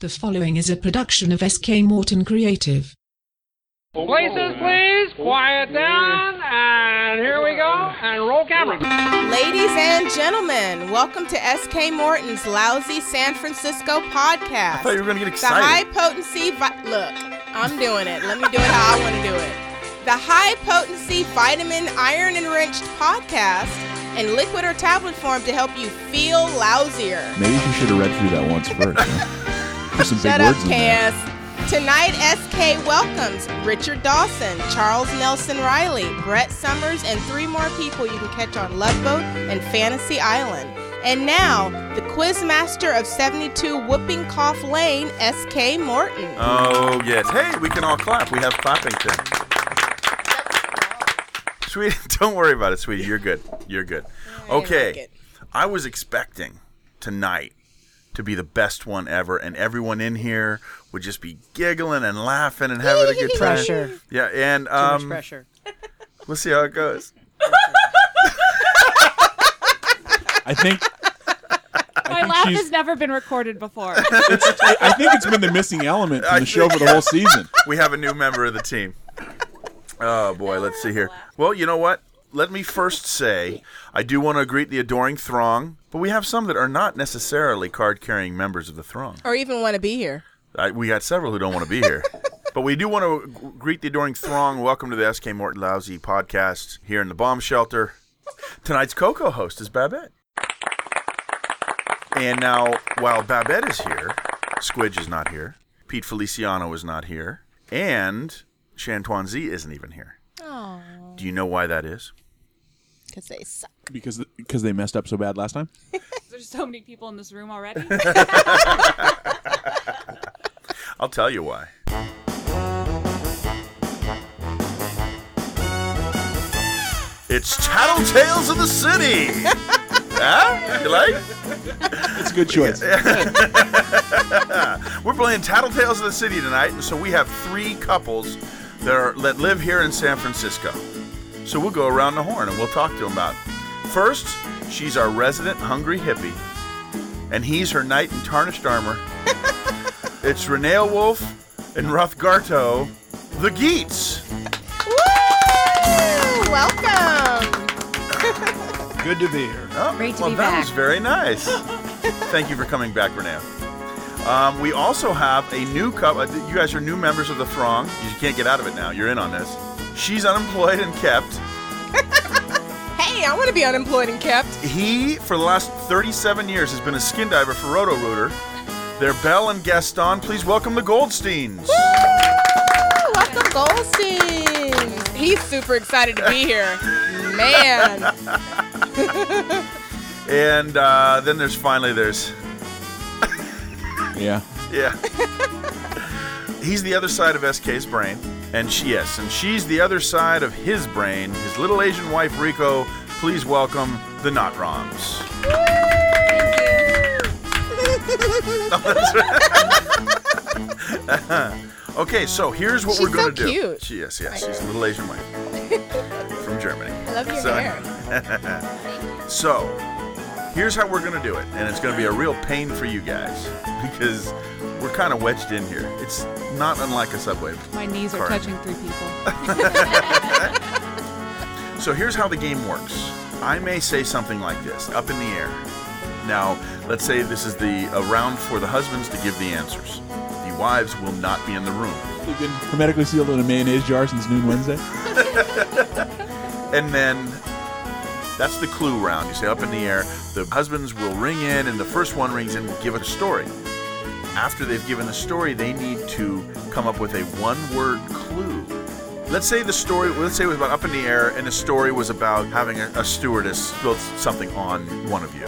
The following is a production of SK Morton Creative. Places, please. Quiet down. And here we go. And roll camera. Ladies and gentlemen, welcome to SK Morton's Lousy San Francisco podcast. I thought you were gonna get the high excited. potency vi- look, I'm doing it. Let me do it how I want to do it. The high potency vitamin iron enriched podcast in liquid or tablet form to help you feel lousier. Maybe you should have read through that once first. Huh? There's some Shut big up, words in there. Cass. Tonight, SK welcomes Richard Dawson, Charles Nelson Riley, Brett Summers, and three more people you can catch on Love Boat and Fantasy Island. And now, the quiz master of 72 Whooping Cough Lane, SK Morton. Oh yes. Hey, we can all clap. We have clapping thing. Sweetie, don't worry about it, sweetie. You're good. You're good. Okay. like it. I was expecting tonight to be the best one ever, and everyone in here would just be giggling and laughing and having a good time. Pressure. Yeah, and Too um, much pressure. let's see how it goes. I think My laugh she's- has never been recorded before. it's, I, I think it's been the missing element from the show for the whole season. we have a new member of the team. Oh boy, let's see here. Well, you know what? Let me first say I do want to greet the adoring throng, but we have some that are not necessarily card-carrying members of the throng. Or even want to be here. I, we got several who don't want to be here, but we do want to g- greet the adoring throng. Welcome to the SK Morton Lousy podcast here in the bomb shelter. Tonight's Coco host is Babette, and now while Babette is here, Squidge is not here. Pete Feliciano is not here, and Shantuan Z isn't even here. Oh, Do you know why that is? because they suck. Because because they messed up so bad last time. There's so many people in this room already. I'll tell you why. It's Tattletales of the City. huh? You like? It's a good choice. We're playing Tattletales of the City tonight, and so we have three couples that, are, that live here in San Francisco. So we'll go around the horn and we'll talk to them about. It. First, she's our resident hungry hippie, and he's her knight in tarnished armor. it's Renee Wolf and Rothgarto, the Geats. Woo! Welcome. Good to be here. Oh, Great to well, be that back. was very nice. Thank you for coming back, Renee. Um, we also have a new couple. You guys are new members of the Throng. You can't get out of it now. You're in on this. She's unemployed and kept. Hey, I want to be unemployed and kept. He, for the last 37 years, has been a skin diver for Roto Rooter. They're Belle and Gaston. Please welcome the Goldsteins. Woo! Welcome, Goldstein. He's super excited to be here. Man. And uh, then there's finally there's Yeah. Yeah. He's the other side of SK's brain, and she yes, and she's the other side of his brain. His little Asian wife Rico. Please welcome the Not Roms. Okay, so here's what She's we're gonna so do. cute. She is, yes, she's a little Asian wife from Germany. I love your So- hair. So, here's how we're going to do it, and it's going to be a real pain for you guys because we're kind of wedged in here. It's not unlike a subway. My knees are Correct. touching three people. So, here's how the game works I may say something like this up in the air. Now, let's say this is the a round for the husbands to give the answers. The wives will not be in the room. We've been hermetically sealed in a mayonnaise jar since noon Wednesday. And then that's the clue round. You say up in the air. The husbands will ring in, and the first one rings in will give a story. After they've given the story, they need to come up with a one word clue. Let's say the story, let's say it was about up in the air, and the story was about having a, a stewardess spill something on one of you.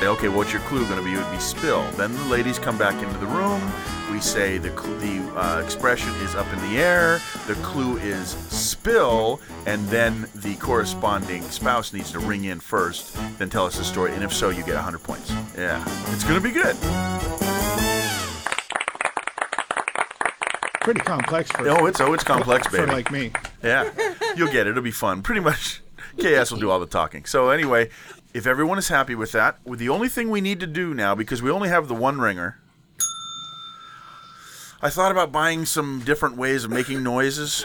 Say, okay, what's your clue going to be? It would be spill. Then the ladies come back into the room. We say the cl- the uh, expression is up in the air. The clue is spill, and then the corresponding spouse needs to ring in first, then tell us the story. And if so, you get 100 points. Yeah, it's going to be good. pretty complex for Oh, it's oh, it's complex, for baby. like me. Yeah, you'll get it. It'll be fun. Pretty much, KS will do all the talking. So anyway, if everyone is happy with that, well, the only thing we need to do now, because we only have the one ringer, I thought about buying some different ways of making noises.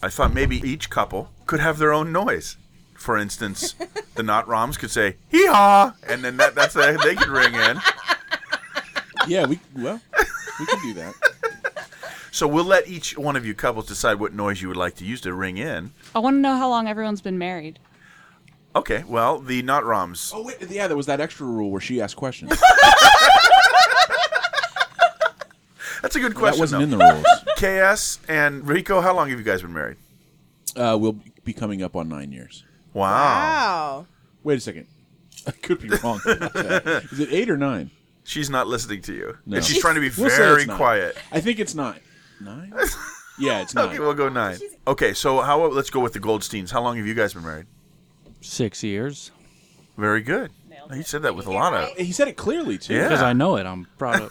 I thought maybe each couple could have their own noise. For instance, the not roms could say hee haw, and then that, that's the, they could ring in. Yeah, we well, we can do that. So we'll let each one of you couples decide what noise you would like to use to ring in. I want to know how long everyone's been married. Okay, well, the not roms. Oh wait, yeah, there was that extra rule where she asked questions. That's a good question. that wasn't though. in the rules. KS and Rico, how long have you guys been married? Uh, we'll be coming up on nine years. Wow. Wow. Wait a second, I could be wrong. about that. Is it eight or nine? She's not listening to you. No. And she's trying to be We'll say very it's nine. quiet. I think it's nine. Nine? Yeah, it's nine. Okay, we'll go nine. Okay, so how let's go with the Goldsteins. How long have you guys been married? Six years. Very good. He said that with a lot of he said it clearly too. Yeah. Because I know it. I'm proud of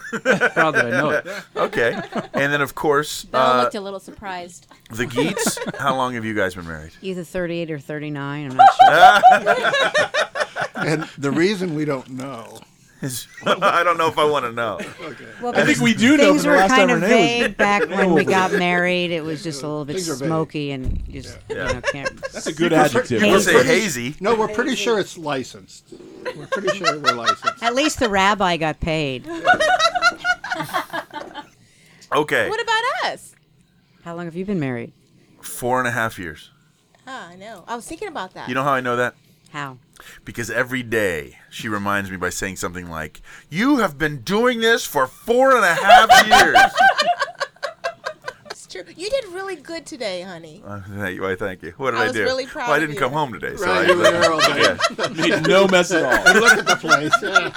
proud that I know it. Okay. And then of course Bella uh, looked a little surprised. the Geets. How long have you guys been married? Either 38 or 39. I'm not sure. And the reason we don't know. I don't know if I want to know. Well, I think we do know. things from the were last kind time of Renee was- vague back when we over got married. It was just a little bit Things are vague. smoky and you just Yeah. you know can't. That's a good adjective. We'll say Hazy. hazy. No, we're pretty sure it's licensed. We're pretty sure we're licensed. At least the rabbi got paid. Okay. What about us? How long have you been married? Four and a half years. Ah, I know. I was thinking about that. You know how I know that? How? Because every day she reminds me by saying something like, You have been doing this for four and a half years. it's true. You did really good today, honey. Uh, thank you. Why, thank you. What did I, I was do? really proud well, I of didn't you. come home today, so Right, I, you were there all day. Made no mess at all. Look at the place. Yeah.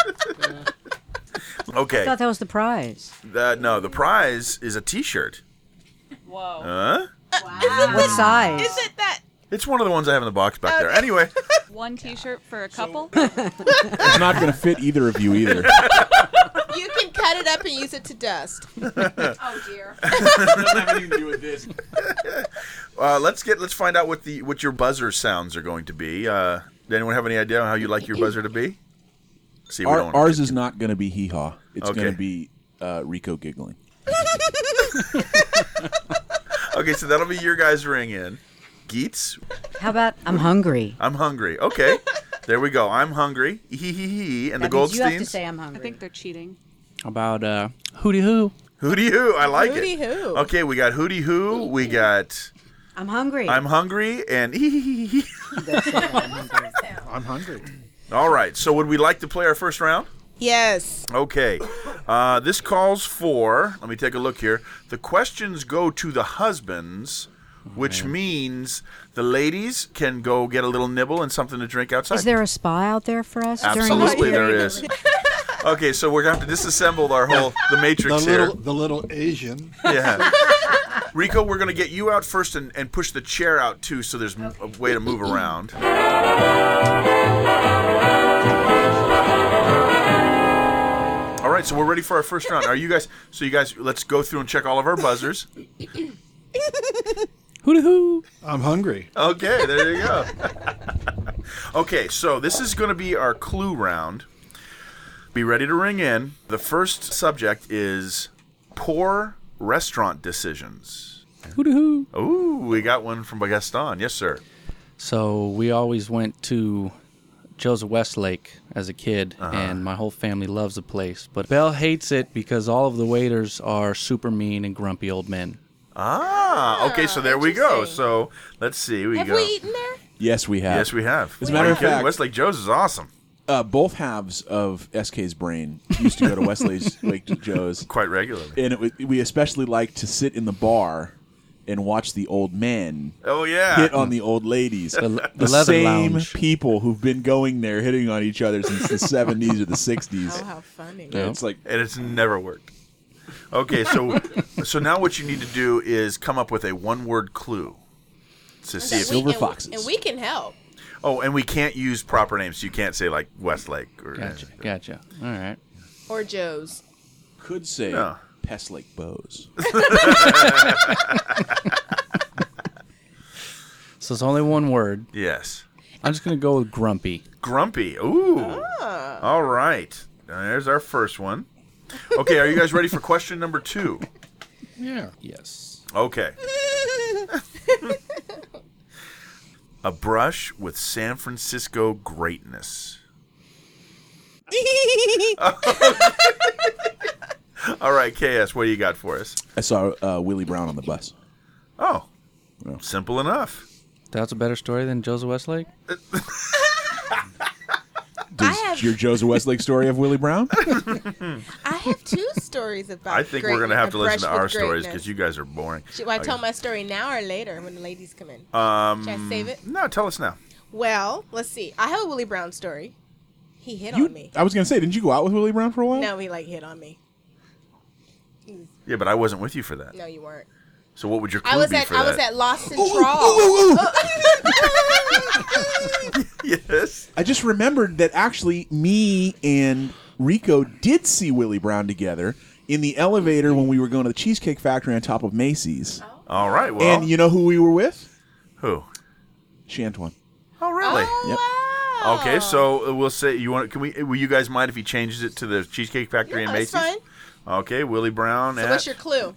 okay. I thought that was the prize. Uh, no, the prize is a T-shirt. Oh. Whoa. Huh? What size? Is it that? It's one of the ones I have in the box back there. Anyway, One T-shirt for a couple. It's not going to fit either of you either. You can cut it up and use it to dust. Oh dear. uh, let's get let's find out what the what your buzzer sounds are going to be. Uh, does anyone have any idea on how you like your buzzer to be? See, we Our, don't. ours is not going to be hee haw. It's Okay. going to be uh, Rico giggling. Okay, so that'll be your guys' ring in. Geets, How about I'm hungry? I'm hungry. Okay, there we go. I'm hungry. Hee hee hee. And That the means you have to Goldsteins. say I'm I hungry. think they're cheating. About uh, hootie hoo. Who do you? I like Hootie it. hoo. Okay, we got hootie who. We got I'm hungry. I'm hungry and hee hee hee hee. I'm hungry. All right. So would we like to play our first round? Yes. Okay. Uh, this calls for, let me take a look here. The questions go to the husbands, which means the ladies can go get a little nibble and something to drink outside. Is there a spa out there for us during this Absolutely, period? there is. Okay, so we're going to have to disassemble our whole the The matrix here. little, the little Asian. Yeah. Rico, we're going to get you out first and, and push the chair out too so there's m a a way to move around. All right, so we're ready for our first round. Are you guys So you guys let's go through and check all of our buzzers. Hootie hoo. I'm hungry. Okay, there you go. okay, so this is going to be our clue round. Be ready to ring in. The first subject is poor restaurant decisions. Hootie hoo. Ooh, we got one from Gaston. Yes, sir. So we always went to Joseph Westlake as a kid, Uh-huh. and my whole family loves the place. But Belle hates it because all of the waiters are super mean and grumpy old men. Ah, okay. So there we go. interesting. So let's see. We Have go. we eaten there? Yes, we have. yes, we have. As a matter Are you of kidding? fact- Westlake Joe's is awesome. uh, both halves of SK's brain used to go to Wesley's Lake Joe's, Quite regularly. and it, wa- we especially liked to sit in the bar and watch the old men Oh yeah. hit on the old ladies. The, the, The leather same lounge. people who've been going there hitting on each other since the 70s or the 60s. Oh, how funny. And It's like and it's never worked. Okay, so so now what you need to do is come up with a one-word clue to see if. Silver and, foxes. And we can help. Oh, and we can't use proper names. So you can't say like Westlake or. Gotcha. Gotcha. All right. Or Joe's. could say Yeah. Pest Lake Bows. So it's only one word. Yes. I'm just gonna go with grumpy. Grumpy. Ooh. Ah. All right. There's our first one. Okay, are you guys ready for question number two? Yeah. Yes. Okay. a brush with San Francisco greatness. Oh, All right, KS, what do you got for us? I saw uh, Willie Brown on the bus. Oh, simple enough. That's a better story than Joseph Westlake? Does have- your Joseph Westlake story of Willie Brown? I have two stories about. I think we're going to greatness- have to a listen brush to with our stories greatness. because you guys are boring. Should I Okay. tell my story now or later when the ladies come in? Um, Should I save it? No, tell us now. Well, let's see. I have a Willie Brown story. He hit You- on me. I was gonna say, didn't you go out with Willie Brown for a while? No, he like hit on me. Yeah, but I wasn't with you for that. No, you weren't. So what would your clue I was be at for I that? was at Lost in Trawl. yes. I just remembered that actually me and Rico did see Willie Brown together in the elevator when we were going to the Cheesecake Factory on top of Macy's. Oh. All right. Well, And you know who we were with? who? Shantuan. Oh, really? Yep. Wow. Okay, so uh, we'll say you want. Can we? Will you guys mind if he changes it to the Cheesecake Factory Yeah, and that's Macy's? fine. Okay, Willie Brown. So at- what's your clue?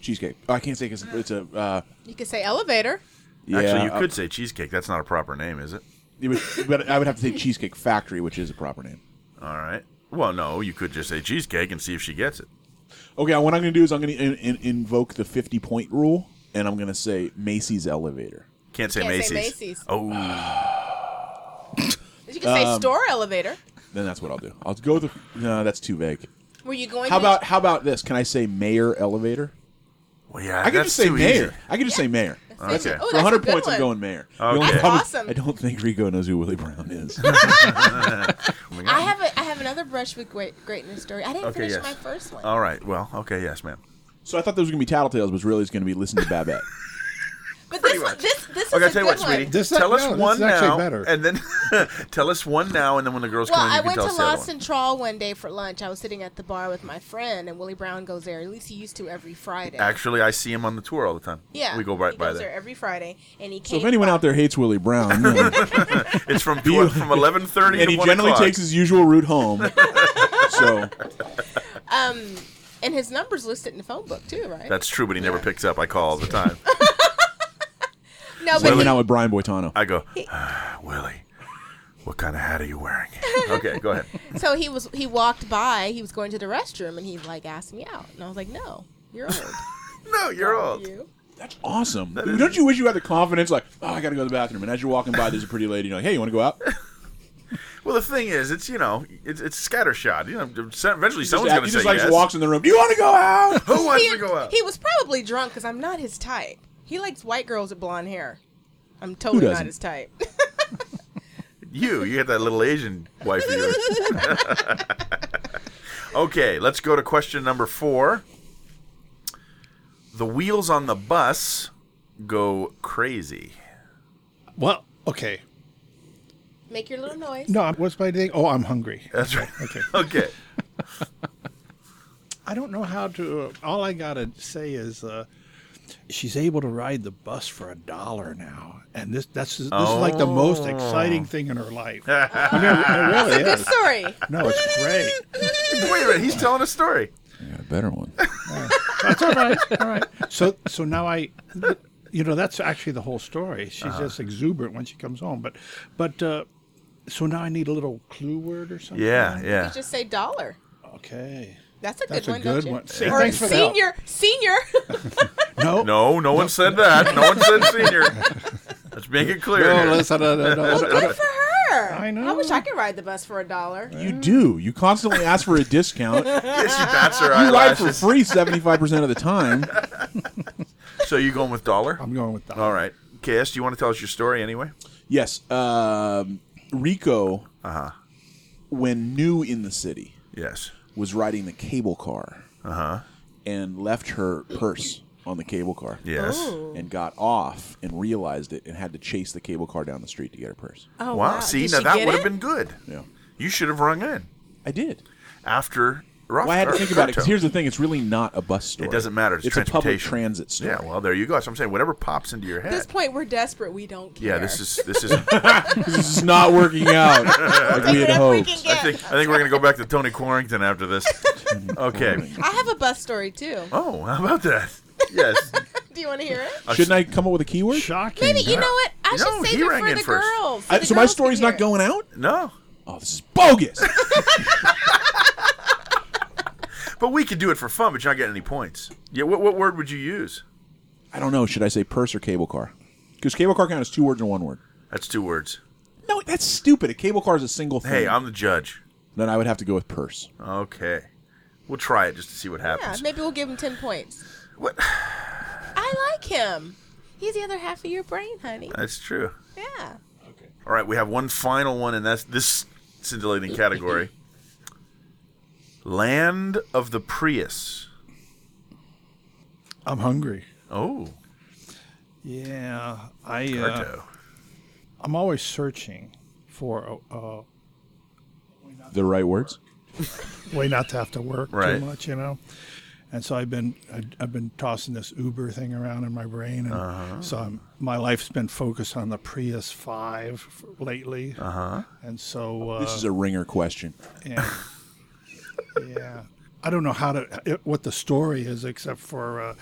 Cheesecake. Oh, I can't say 'cause it's a. Uh, You could say elevator. yeah, Actually, you uh, could say Cheesecake. That's not a proper name, is it? it was- but I would have to say Cheesecake Factory, which is a proper name. All right. Well, no, you could just say Cheesecake and see if she gets it. Okay, what I'm going to do is I'm going to in, in, invoke the 50 point rule, and I'm going to say Macy's elevator. Can't say, Can't say Macy's. Macy's. Oh, You could say Um, store elevator. Then that's what I'll do. I'll go with the. No, that's too vague. Were you going? How to about how about this? Can I say mayor elevator? well, yeah. I could that's just say too mayor. easy. I could just say mayor. That's Okay. it. Oh, For that's a 100 good points, one. I'm going mayor. The Okay. only That's problem- awesome. I don't think Rico knows who Willie Brown is. I have a I have another brush with great greatness story. I didn't Okay, finish yes. Um, my first one. All right. Well, okay. Yes, ma'am. so I thought those were going to be Tattletales, but really it's going to be Listen to Babette. but this much. this this Okay, I'll is tell a good you what, one. sweetie. This- tell us no, this one is actually now, better. and then tell us one now, and then when the girls Well, come in, you I can went tell to us the other Lost one. and Trawl one day for lunch. I was sitting at the bar with my friend, and Willie Brown goes there. At least he used to every Friday. Actually, I see him on the tour all the time. yeah, we go right he by goes there. every Friday, and he So came. if anyone out there hates Willie Brown, no. It's from tw- from eleven thirty and to he one generally o'clock. takes his usual route home. so um, and his number's listed in the phone book too, right? That's true, but he never picks up. I call all the time. no, so I but he, went out with Brian Boitano. I go, "Ah, Willie, what kind of hat are you wearing? okay, go ahead. so he was he walked by. He was going to the restroom, and he like asked me out, and I was like, "No, you're old. No, you're old. you That's awesome. Don't you wish you had the confidence? Like, oh, I got to go to the bathroom. And as you're walking by, there's a pretty lady. You're like, hey, you want to go out? Well, the thing is, it's you know, it's it's scattershot. You know, eventually Just someone's act- gonna he say just like yes. walks in the room. Do you want to go out? Who wants he, to go out? he was probably drunk because I'm not his type. He likes white girls with blonde hair. I'm totally not doesn't? his type. You, you had that little Asian wife of yours. okay, let's go to question number four. The wheels on the bus go crazy. Well, okay. Make your little noise. No, I'm- what's my thing? Oh, I'm hungry. That's right. Okay. Okay. I don't know how to. Uh, all I gotta say is, uh, she's able to ride the bus for a dollar now, and this that's this is like the most exciting thing in her life. Oh. I mean, it really Good is. story. No, it's great. Wait a minute, he's telling a story. Yeah, better one. That's all right. All right. So so now I, you know, that's actually the whole story. She's Uh-huh. just exuberant when she comes home. But but uh, so now I need a little clue word or something. Yeah, You yeah. just say dollar. Okay. That's a That's good one. a don't good you? one. See, Or thanks for the help. senior, senior. No. No, no one said that. No one said senior. Let's make it clear. No, here. listen, no, no, no, no. good for her. I know. I wish I could ride the bus for a dollar. You do. You constantly ask for a discount. You Yeah, she bats her ride for eyelashes. free 75% of the time. So you going with dollar? I'm going with that. All right. KS, do you want to tell us your story anyway? Yes. Um, Rico, when new in the city, Uh-huh. Yes. Uh-huh. was riding the cable car and left her purse on the cable car Yes. and got off and realized it and had to chase the cable car down the street to get her purse. Oh, wow. See, now that would have been good. Yeah. You should have rung in. I did. after Rough- Well, I had to or think about it because Roto. here's the thing: it's really not a bus story. It doesn't matter. It's, It's, a public transportation. transit story. Yeah, well, there you go. That's what I'm saying. Whatever pops into your At head. this point, we're desperate. We don't care. yeah, this is this is. this is not working out like we had whatever we hoped. can get. I think I think we're gonna go back to Tony Quarrington after this. Okay. I have a bus story too. Oh, how about that? Yes. Do you want to hear it? Shouldn't I come up with a keyword? Shocking. Maybe you know what? No, I should he save it rang for in the first. girls. I, the so my girls can story's hear not it. going out. No. Oh, this is bogus. But we could do it for fun, but you're not getting any points. Yeah. What what word would you use? I don't know. Should I say purse or cable car? Because cable car count is two words and one word. That's two words. No, that's stupid. A cable car is a single thing. Hey, I'm the judge. then I would have to go with purse. Okay. We'll try it just to see what Yeah, happens. maybe we'll give him ten points. What? I like him. He's the other half of your brain, honey. That's true. Yeah. All right, we have one final one, and that's this scintillating category. Land of the Prius. I'm hungry. Oh, Yeah, I. Uh, Arto. I'm always searching for a, a The right words. way not to have to work Right. too much, you know. And so I've been I, I've been tossing this Uber thing around in my brain, and so I'm, my life's been focused on the Prius Five f- lately. Uh-huh. And so uh, This is a ringer question. and- yeah, I don't know how to it, what the story is except for uh,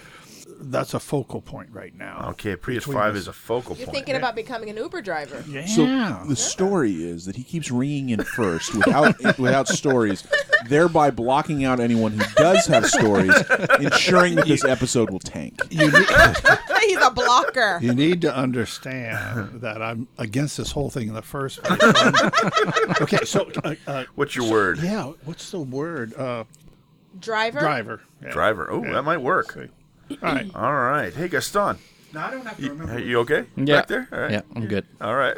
that's a focal point right now. Okay, Prius Between 5 us. is a focal You're point. thinking about becoming an Uber driver. Yeah. So the story is that he keeps ringing in first without without stories, thereby blocking out anyone who does have stories, ensuring that this episode will tank. you, need, He's a blocker. you need to understand that I'm against this whole thing in the first place. Um, okay, so uh, uh, What's your word? yeah, what's the word? Uh, Driver. driver. Yeah. Driver. Oh, that might work. All right. All right. Hey, Gaston. No, I don't have to You, remember. hey, you okay? Yeah. Back there? All right. Yeah, I'm good. All right.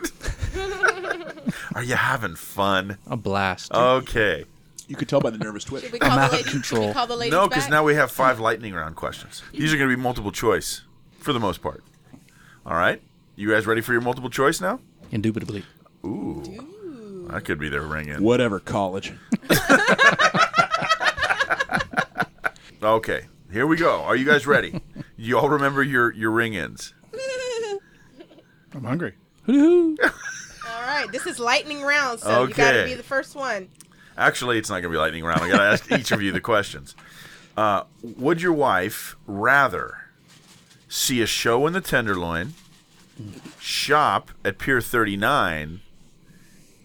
Are you having fun? A blast. Okay. You could tell by the nervous twitch. Should we call the out of lady- should we control. call the ladies No, because back? now we have five lightning round questions. These are going to be multiple choice for the most part. All right. You guys ready for your multiple choice now? Indubitably. That could be their ring in. Whatever, college. Okay, here we go. Are you guys ready? you all remember your your ring ins? I'm hungry. All right, this is lightning round, so you got to Okay. be the first one. Actually, it's not going to be lightning round. I got to ask each of you the questions. Uh, would your wife rather see a show in the Tenderloin, shop at Pier Thirty Nine,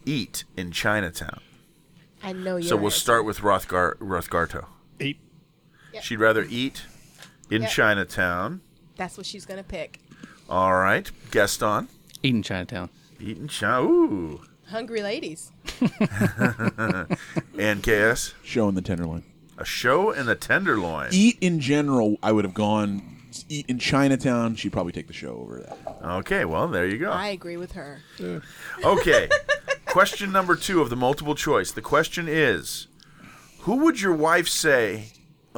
eat in Chinatown? I know you. So we'll start with Rothgar Rothgarto. Eight. She'd rather eat in Yep. Chinatown. That's what she's gonna pick. All right, Gaston, Eating Chinatown. eat in China. Ooh, Hungry ladies. and KS. Show in the tenderloin. A show in the Tenderloin. Eat in general, I would have gone. Eat in Chinatown. She'd probably take the show over that. Okay, well, there you I go. agree with her. Okay. question number two of the multiple choice. The question is Who would your wife say?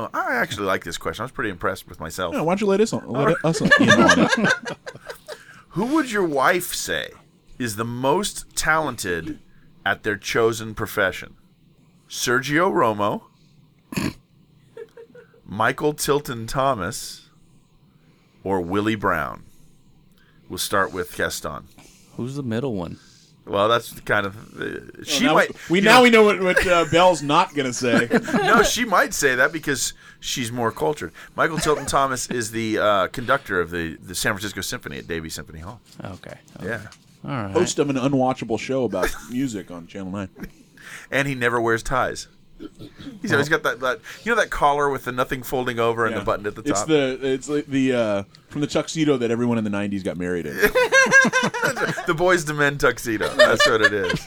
Oh, I actually like this question. I was pretty impressed with myself. Yeah, why don't you let us on? Let us on- in on it. Who would your wife say is the most talented at their chosen profession? Sergio Romo, Michael Tilton Thomas, or Willie Brown? We'll start with Gaston. Who's the middle one? Well, that's the kind of uh, she Now might. we you now we know what, what uh, Bell's not going to say. no, she might say that because she's more cultured. Michael Tilton Thomas is the uh, conductor of the, the San Francisco Symphony at Davie Symphony Hall. Okay. Yeah, All right. Host of an unwatchable show about music on Channel Nine. and he never wears ties. He's always got that, that you know that collar with the nothing folding over and Yeah. the button at the top. It's the it's like the uh, from the tuxedo that everyone in the '90s got married in. the boys to men tuxedo. That's what it is.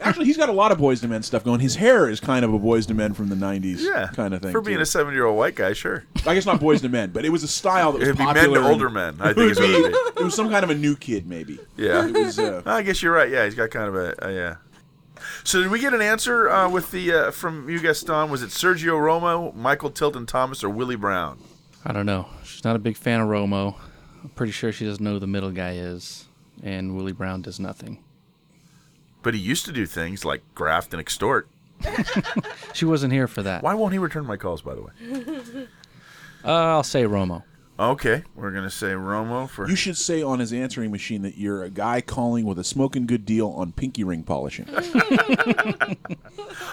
Actually, he's got a lot of boys to men stuff going. His hair is kind of a boys to men from the '90s Yeah, kind of thing. for being too. a seven year old white guy. Sure, I guess not boys to men, but it was a style that was it'd be men popular. to in- older men. I think is what it, it'd would be- it was some kind of a new kid, maybe. be. Yeah, It was. Uh, I guess you're right. Yeah, he's got kind of a uh, yeah. So did we get an answer uh, with the uh, from you Gaston? Was it Sergio Romo, Michael Tilton Thomas, or Willie Brown? I don't know. She's not a big fan of Romo. I'm pretty sure she doesn't know who the middle guy is, and Willie Brown does nothing. But he used to do things like graft and extort. She wasn't here for that. Why won't he return my calls, by the way? Uh, I'll say Romo. Okay, we're going to say Romo for. You should say on his answering machine that you're a guy calling with a smoking good deal on pinky ring polishing.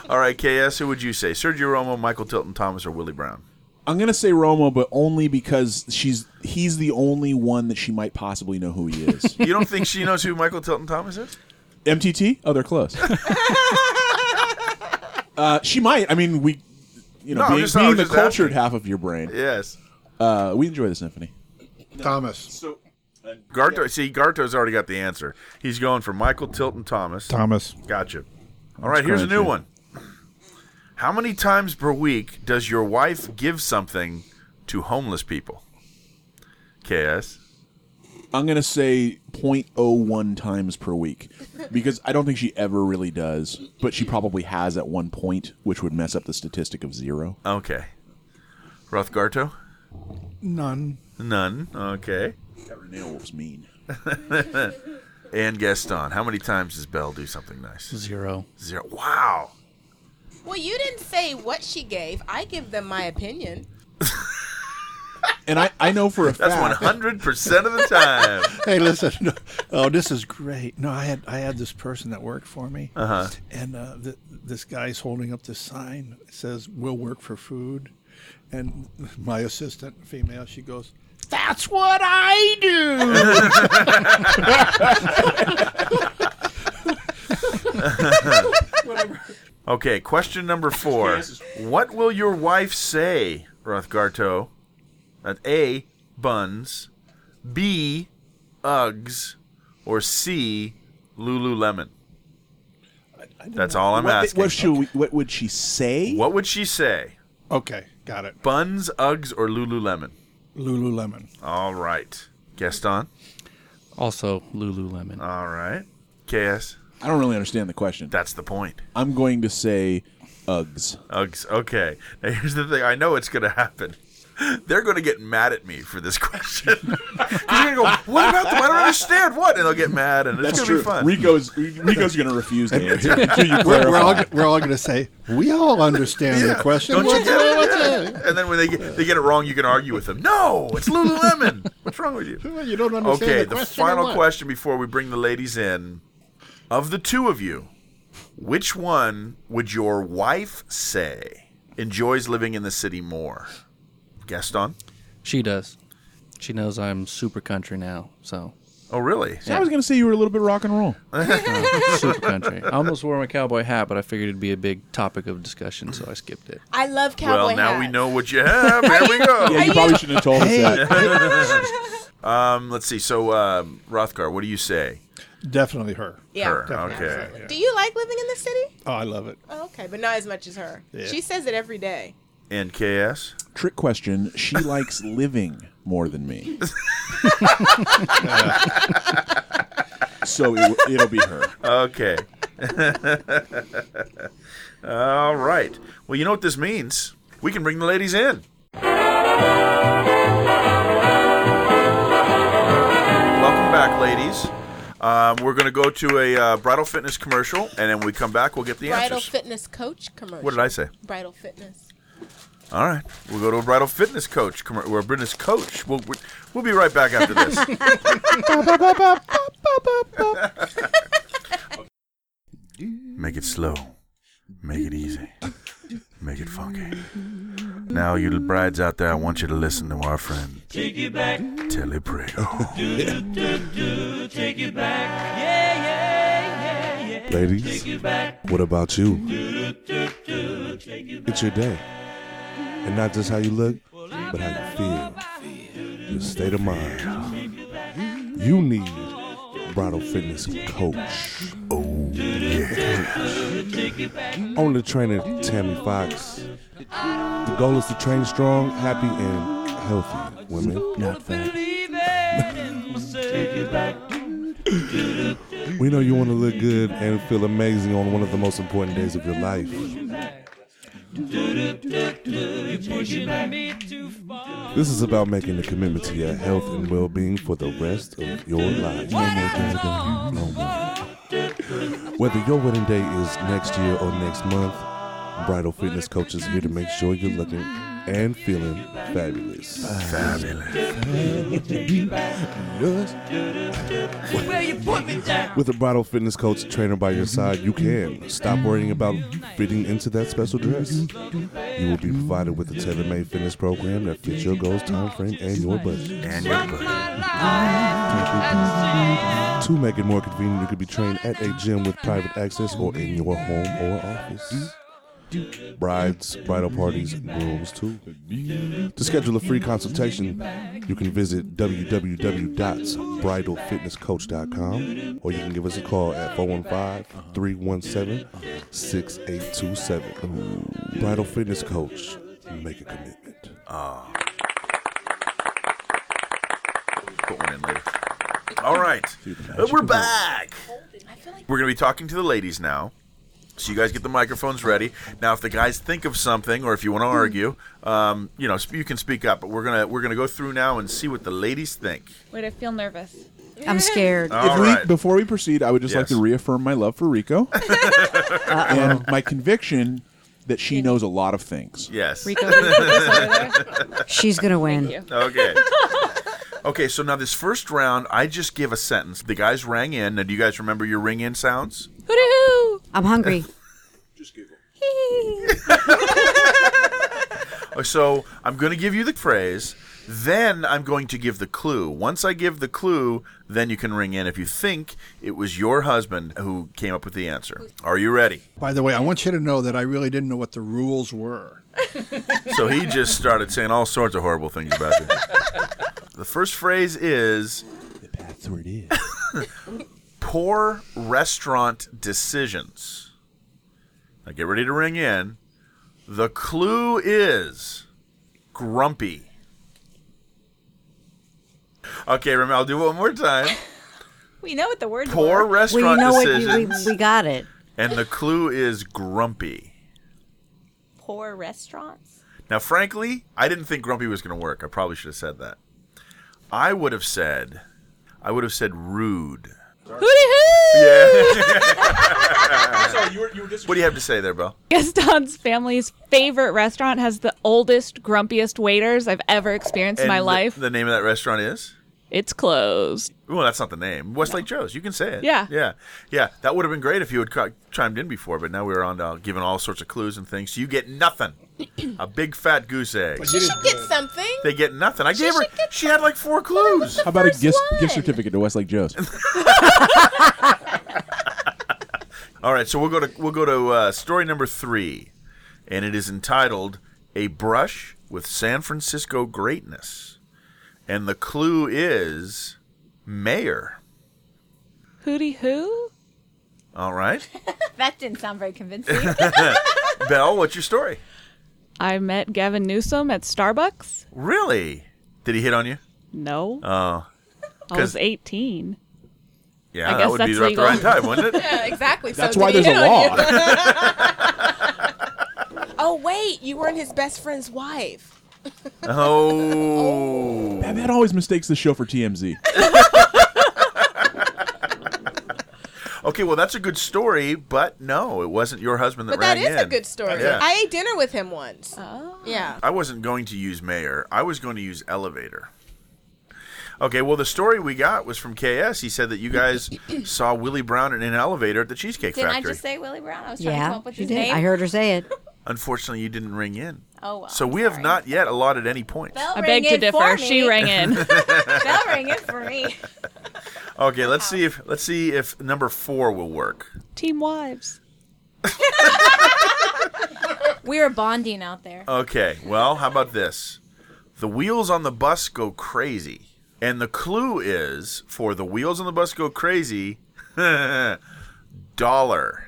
All right, KS, who would you say? Sergio Romo, Michael Tilton Thomas, or Willie Brown? I'm gonna say Romo, but only because she's he's the only one that she might possibly know who he is. You don't think she knows who Michael Tilton Thomas is? MTT? Oh, they're close. uh, she might. I mean, we, you know, No, I'm being, just- I was being the just cultured asking. half of your brain, Yes. uh, we enjoy the symphony. Thomas. Garto, see, Garto's already got the answer. He's going for Michael Tilton Thomas. Thomas. Gotcha. All right, here's a new correct, yeah. one. How many times per week does your wife give something to homeless people? KS. I'm gonna say 0.01 times per week because I don't think she ever really does, but she probably has at one point, which would mess up the statistic of zero. Okay. Roth Garto? None. None. Okay. That nail wolf's mean. And Gaston, how many times does Belle do something nice? Zero. Zero. Wow. Well, you didn't say what she gave. I give them my opinion. And I, I know for a That's fact. 100% of the time. Hey, listen. no- Oh, this is great. No, I had I had this person that worked for me, uh-huh. and uh, th- this guy's holding up this sign. It says, "We'll work for food," and my assistant, female, she goes, "That's what I do." Okay, question number four. What will your wife say, Rothgarto? That A, buns, B, Uggs, or C, Lululemon? That's all I'm what, asking. what should we, what would she say? What would she say? okay, got it. Buns, Uggs, or Lululemon? Lululemon. All right. Gaston? Also Lululemon. All right. KS? I don't really understand the question. That's the point. I'm going to say Uggs. Uggs. Okay. Now here's the thing. I know it's going to happen. They're going to get mad at me for this question. 'Cause You're going to go, what about them? I don't understand. What? And they'll get mad, and it's going to be fun. Rico's Rico's going to refuse to answer until you We're, we're all clarify. we're all going to say we all understand Yeah. the question. Don't you What's- get it? what's Yeah. And then when they get, they get it wrong, you can argue with them. No, it's Lululemon. What's wrong with you? You don't understand Okay, the the, question. or final what? question before we bring the ladies in. Of the two of you, which one would your wife say enjoys living in the city more? Gaston? She does. She knows I'm super country now, so Oh, really? I was going to say you were a little bit rock and roll. super country. I almost wore my cowboy hat, but I figured it'd be a big topic of discussion, so I skipped it. I love cowboy Well, now hats. we know what you have. There we go. Yeah, you probably shouldn't have told us that. Um, let's see. So, um, Rothgar, what do you say? Definitely her. Yeah. Her. Definitely. Okay. Yeah. Do you like living in the city? Oh, I love it. Oh, okay, but not as much as her. Yeah. She says it every day. And KS? Trick question. She likes living more than me. so it, it'll be her. Okay. All right. Well, you know what this means. We can bring the ladies in. Welcome back, ladies. Um, we're going to go to a uh, bridal fitness commercial, and then when we come back, we'll get the Bridal answers. fitness coach commercial. what did I say? Bridal fitness. All right, we'll go to a bridal fitness coach. Come on, we're a business coach. We'll, we'll- we'll be right back after this. Make it slow. Make it easy. Make it funky. Now, you little brides out there, I want you to listen to our friend. Take it back. Teleprego. Ladies, what about you? It's your day. And not just how you look, but how you feel. Your state of mind. You need Bridal Fitness Coach. Oh, yeah. Only trainer Tammy Fox. The goal is to train strong, happy, and healthy women. Not fat. We know you want to look good and feel amazing on one of the most important days of your life. This is about making a commitment to your health and well being for the rest of your life. Whether your wedding day is next year or next month, Bridal Fitness Coach is here to make sure you're looking and feeling fabulous. Where you put me down? With a bridal fitness coach trainer by your side, you can stop worrying about fitting into that special dress. You will be provided with a tailor-made fitness program that fits your goals, time frame, and your budget. And your budget. To make it more convenient, you can be trained at a gym with private access or in your home or office. Brides, bridal parties, grooms too. To schedule a free consultation, you can visit www.bridalfitnesscoach.com or you can give us a call at 415 317 6827. Bridal Fitness Coach, make a commitment. Oh. Put one in later. All right. Uh, We're back. We're going to be talking to the ladies now. So you guys get the microphones ready. Now, if the guys think of something, or if you want to argue, um, you know, sp- you can speak up. But we're gonna we're gonna go through now and see what the ladies think. Wait, I feel nervous. I'm scared. If we- before we proceed, I would just like Yes. to reaffirm my love for Rico and my conviction that she knows a lot of things. Yes. Rico, can you put this over there? She's gonna win. Thank you. Okay. Okay, so now this first round, I just give a sentence. The guys rang in. Now, do you guys remember your ring in sounds? Hoo-doo-hoo. I'm hungry. Uh, So I'm going to give you the phrase, then I'm going to give the clue. Once I give the clue, then you can ring in if you think it was your husband who came up with the answer. Are you ready? By the way, I want you to know that I really didn't know what the rules were. So he just started saying all sorts of horrible things about you. The first phrase is the password is poor restaurant decisions. Now get ready to ring in. The clue is grumpy. Okay, remember I'll do it one more time. We know what the word Poor were. restaurant well, you know what? decisions. We, we, we got it. And the clue is grumpy. Poor restaurants. Now, frankly, I didn't think grumpy was going to work. I probably should have said that. I would have said, I would have said rude. Yeah. what do you have to say there, Bill? Gaston's family's favorite restaurant has the oldest, grumpiest waiters I've ever experienced in And my the- life. The, name of that restaurant is? It's closed. Well, that's not the name. Westlake Joe's. You can say it. Yeah. Yeah. Yeah. That would have been great if you had cri- chimed in before, but now we were on uh, giving all sorts of clues and things. So you get nothing. A big fat goose egg. She should get something. They get nothing. I gave her. She had like four clues. How about a gift, gift certificate to Westlake Joe's? All right, so we'll go to we'll go to uh, story number three, and it is entitled "A Brush with San Francisco Greatness," and the clue is mayor. Hootie hoo? All right, That didn't sound very convincing. Belle, what's your story? I met Gavin Newsom at Starbucks. Really? Did he hit on you? No, Oh, I was 18. yeah, I that guess would be that's about legal. the right time, wouldn't it? yeah, exactly. That's so why did there's a he hit on law. you? Oh wait, you weren't his best friend's wife. Oh, Babette always mistakes the show for TMZ. Okay, well that's a good story, but no, it wasn't your husband that But that rang is a in. good story. Yeah. I ate dinner with him once. Oh. Yeah. I wasn't going to use mayor. I was going to use elevator. Okay, well, the story we got was from KS. He said that you guys saw Willie Brown in an elevator at the Cheesecake Didn't I Factory. just say Willie Brown? I was trying to come Yeah, up with she his did. name. I heard her say it. Unfortunately, you didn't ring in. Oh, well. So we have not yet allotted any points. Bell I rang beg to in for differ. me. She rang in. Bell rang in for me. Okay, let's see if let's see if number four will work. Team Wives. We were bonding out there. Okay, well, how about this? The wheels on the bus go crazy, and the clue is for the wheels on the bus go crazy. dollar.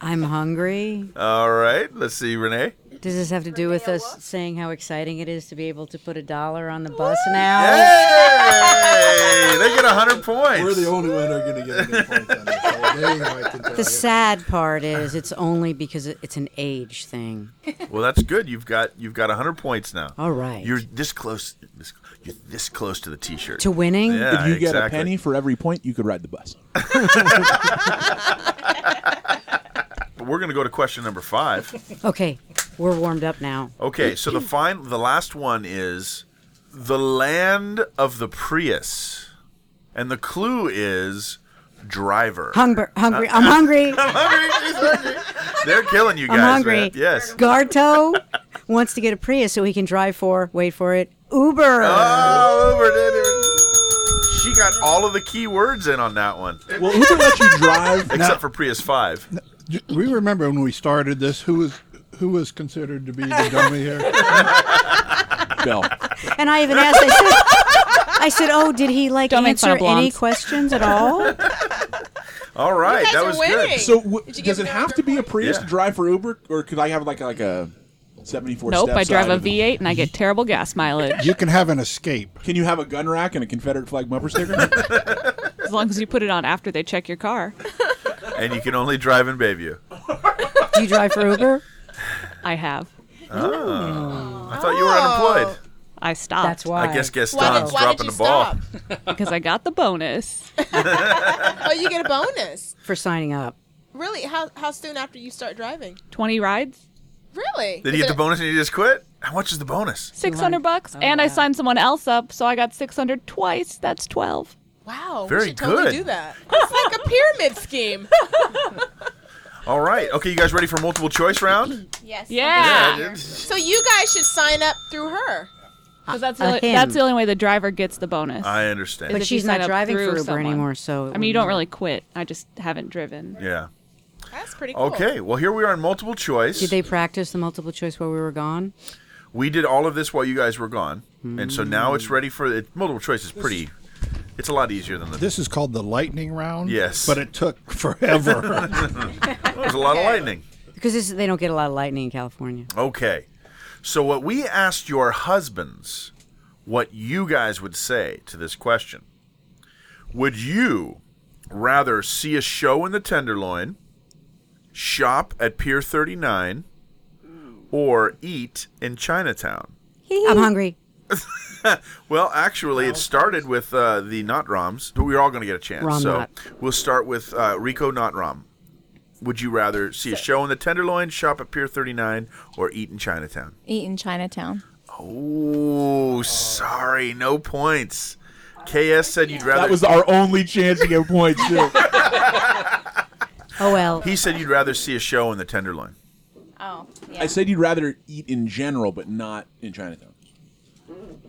I'm hungry. All right, let's see, Renee. Does this have to do with us saying how exciting it is to be able to put a dollar on the bus now? Hey, they get 100 points. We're the only one who are going to get any points on this. whole thing, I can tell The you. sad part is it's only because it- it's an age thing. Well, that's good. You've got you've got 100 points now. All right. You're this close. This, you're this close to the T-shirt. To winning? Yeah, if you get a exactly. penny for every point, you could ride the bus. But we're going to go to question number five. Okay, we're warmed up now. Okay, so the final, the last one is the land of the Prius, and the clue is driver. Hungry, hungry. I'm hungry. I'm hungry. She's hungry. They're killing you guys. I'm hungry. man. Yes. Garto wants to get a Prius so he can drive for. Wait for it. Uber. Oh, Uber did it. She got all of the key words in on that one. Well, Uber lets you drive. Except Now- for Prius Five. Do we remember when we started this? Who was who was considered to be the dummy here? Bill. And I even asked. I said, I said, oh, did he like Don't make fun answer of any blondes. questions at all? All right, guys that are was winning. good. So w- does it have to be a Prius Yeah. to drive for Uber, or could I have like a, like a seventy-four? Nope, I steps drive out a of it? V8 and I get terrible gas mileage. You can have an escape. Can you have a gun rack and a Confederate flag bumper sticker? As long as you put it on after they check your car. And you can only drive in Bayview. Do you drive for Uber? I have. Oh. I thought you were unemployed. I stopped. That's why. I guess Gaston's Why did- why dropping did you the ball. because I got the bonus. oh, you get a bonus. For signing up. Really? How how soon after you start driving? 20 rides, Really? Did he Is get the it- bonus and he just quit? How much is the bonus? 600 bucks, Oh, and I signed someone else up, so I got 600 twice. That's 12. Wow. Very we should totally good. do that. It's like a pyramid scheme. All right. Okay, you guys ready for multiple choice round? yes. Yeah. Yeah, So you guys should sign up through her. Because that's, Uh, the only- him. that's the only way the driver gets the bonus. I understand. is But if you she's not sign up driving for through Uber someone. anymore, so it I mean, you don't wouldn't- really quit. I just haven't driven. Yeah. That's pretty cool. Okay, well, here we are in multiple choice. Did they practice the multiple choice while we were gone? We did all of this while you guys were gone, and so now it's ready for it. Multiple choice is pretty. It's a lot easier than the. This is called the lightning round. Yes. But it took forever. There's a lot of lightning. Because this, they don't get a lot of lightning in California. Okay, so what we asked your husbands, what you guys would say to this question. Would you rather see a show in the Tenderloin, shop at Pier 39, or eat in Chinatown? I'm hungry. Well, actually, it started with uh, the not roms, but we're all going to get a chance. Rom so not. we'll start with uh, Rico not rom. Would you rather see a show in the Tenderloin, shop at Pier 39, or eat in Chinatown? Eat in Chinatown. Oh, sorry, no points. KS said you'd rather. that was our only chance to get points. Too. oh well. He said you'd rather see a show in the Tenderloin. Oh, yeah. I said you'd rather eat in general, but not in Chinatown.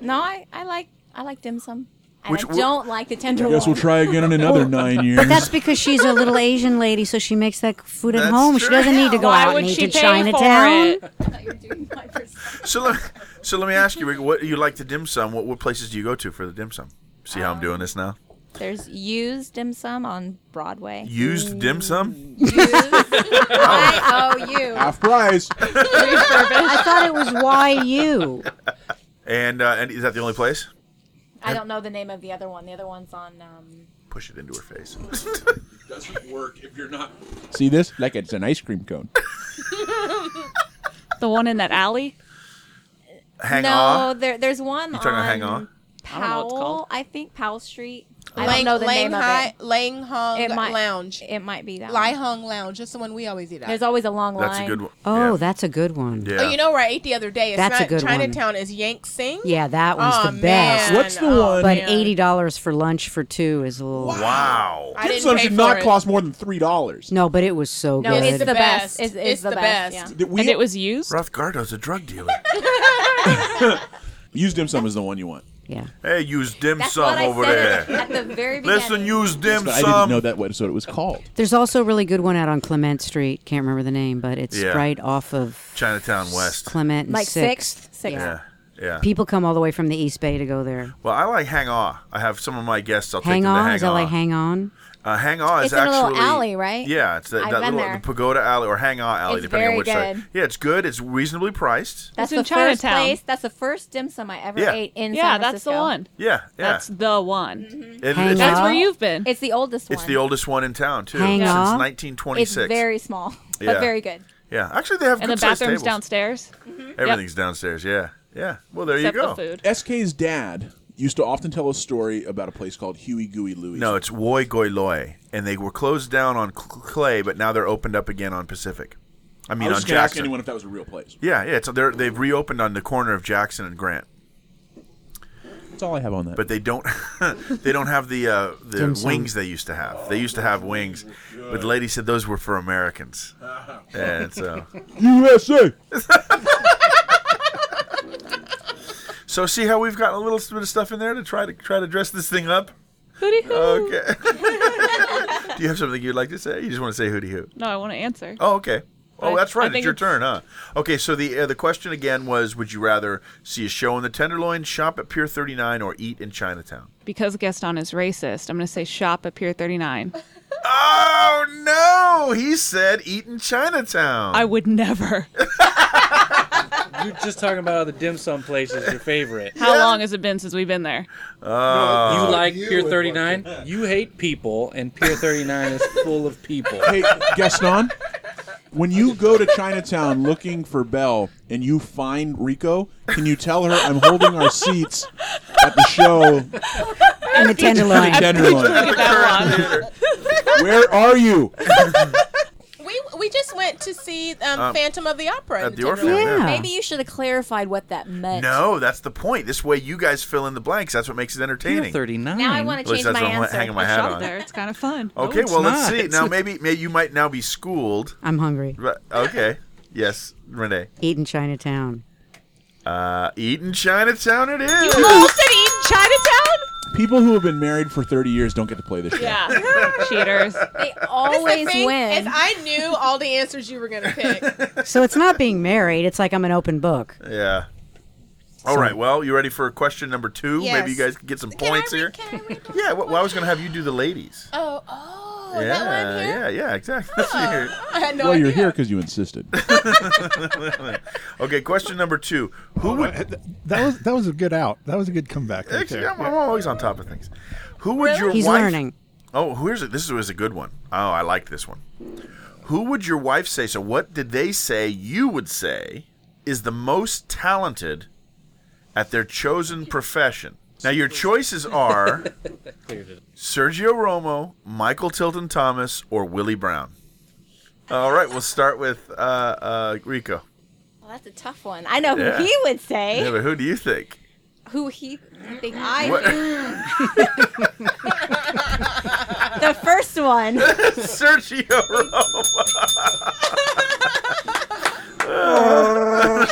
No, I, I like I like dim sum. And Which I wo- don't like the tenderloin. again in another nine years. But that's because she's a little Asian lady, so she makes that food at That's home. She true. doesn't need to go Why out would and eat she to pay for Chinatown. it? So let, so let me ask you, Rico, what you like the dim sum? What, what places do you go to for the dim sum? See how I'm doing this now? There's used dim sum on Broadway. Used dim sum? I owe you. Half price. I thought it was YU. And, uh, and is that the only place? I don't know the name of the other one. The other one's on. Um, Push it into her face. Doesn't work if you're not. See this? Like it's an ice cream cone. The one in that alley? Hang no, on. there, there's one You on talking about Hang On? I don't know what it's Powell. I, think Powell Street. I Lang- don't know the name Lang Hai- of it. Lang Hong It might- Lounge. It might be that. Lai one. Hung Lounge. That's the one we always eat at. There's always a long line. Oh, that's a good one. Yeah. Oh, you know where I ate the other day? It's That's a not good one. Chinatown. Is Yank Sing? Yeah, that one's Oh, the best. man. What's the Oh, one- But man. eighty dollars for lunch for two is a little. Wow. I didn't Some pay should not for it. cost more than three dollars. No, but it was so No, good. it's the best. It's- it's It's the the best, best. and it was used? Rothgardo's a drug dealer. Used dim sum is the one you want. Yeah. Hey, use dim That's sum what I over said there. at the very beginning. Listen, use dim But I didn't sum. know that what so it was called. There's also a really good one out on Clement Street. Can't remember the name, but it's Yeah. right off of Chinatown West. Clement and Like Sixth. sixth, sixth. Yeah. Yeah. People come all the way from the East Bay to go there. Well, I like Hang On. I have some of my guests. I'll take Hang them to on, Hang is that On. like hang on? uh, hang On is It's in a actually little alley, right? Yeah, it's that, I've that been little there. the pagoda alley or Hang On alley, It's depending on very which good. side. Yeah, it's good. It's reasonably priced. That's It's the in first Chinatown. place. That's the first dim sum I ever Yeah. ate in Yeah, San that's Francisco. Mm-hmm. the one. Yeah, yeah. That's the one. It- Hang it's, That's Well- where you've been. It's the oldest one. it's the oldest one in town too. Hang since On? 1926. It's very small, but Yeah. very good. Mm-hmm. yeah, actually they have and the good-sized bathroom's tables. downstairs. Everything's downstairs. Yeah, yeah. Well, there Except you go. the food. SK's dad used to often tell a story about a place called Huey Gooey Louie's. No, it's Woy Goy Loy, and they were closed down on Cl- Clay, but now they're opened up again on Pacific. I mean, was on just gonna ask Jackson. anyone if that was a real place. yeah, yeah. So they're, they've reopened on the corner of Jackson and Grant, That's all I have on that. but they don't they don't have the uh, the Dim sum. wings they used to have. They used to have wings, but the lady said those were for Americans, and so. USA. So see how we've gotten a little bit of stuff in there to try to try to dress this thing up. Hooty hoo. Okay. Do you have something you'd like to say? You just want to say hooty hoo. No, I want to answer. Oh, okay. Oh, I- that's I right. It's think your it's- turn, huh? Okay. So the uh, the question again was: Would you rather see a show in the Tenderloin, shop at Pier Thirty Nine, or eat in Chinatown? Because Gaston is racist, I'm going to say shop at Pier 39. Oh no! He said eat in Chinatown. I would never. You're just talking about all the dim sum places, your favorite. How long has it been since we've been there? Oh. you like Pier 39? You hate people, and Pier 39 is full of people. Hey, Gaston, when you go to Chinatown looking for Belle and you find Rico, can you tell her I'm holding our seats at the show in the tenderloin. Tenderloin? Where are you? We we just went to see um, Um, Phantom of the Opera. in at the Denver. Orpheum, yeah. Yeah. Maybe you should have clarified what that meant. No, that's the point. This way, you guys fill in the blanks. That's what makes it entertaining. Thirty-nine. Now I want At to least change that's my what I'm answer. hanging my I hat shop on. there. It's kind of fun. Okay, well, let's see. not. Now, maybe, maybe you might now be schooled. I'm hungry. Right, Okay. Yes, Renee. Eat in Chinatown. Uh, Eaton Chinatown it is. said eat in Chinatown? People who have been married for 30 years don't get to play this show. Yeah. Cheaters. They That's the always thing, win. Is I knew all the answers you were gonna pick. So it's not being married. It's like I'm an open book. Yeah. All right. Well, you ready for question number two? Maybe you Yes. guys can get some Can I points read- here. can I read the yeah. Well, well, I was gonna have you do the ladies. Oh, oh, yeah. that one here. Oh, Yeah. Yeah. Exactly. That's here. I had no well, idea. you're here because you insisted. okay. Question number two. Who would? That was that was a good out. That was a good comeback. Right Actually, there. I'm, I'm always on top of things. Who would your He's wife? learning. Oh, here's a, this was a good one. Oh, I like this one. Who would your wife say? So, what did they say you would say is the most talented at their chosen profession? Now, your choices are Sergio Romo, Michael Tilton Thomas, or Willie Brown. All right, we'll start with uh, uh, Rico. Well, that's a tough one. I know Yeah. who he would say. Yeah, but who do you think? Who he think I What- would- the first one. Sergio Romo. Oh,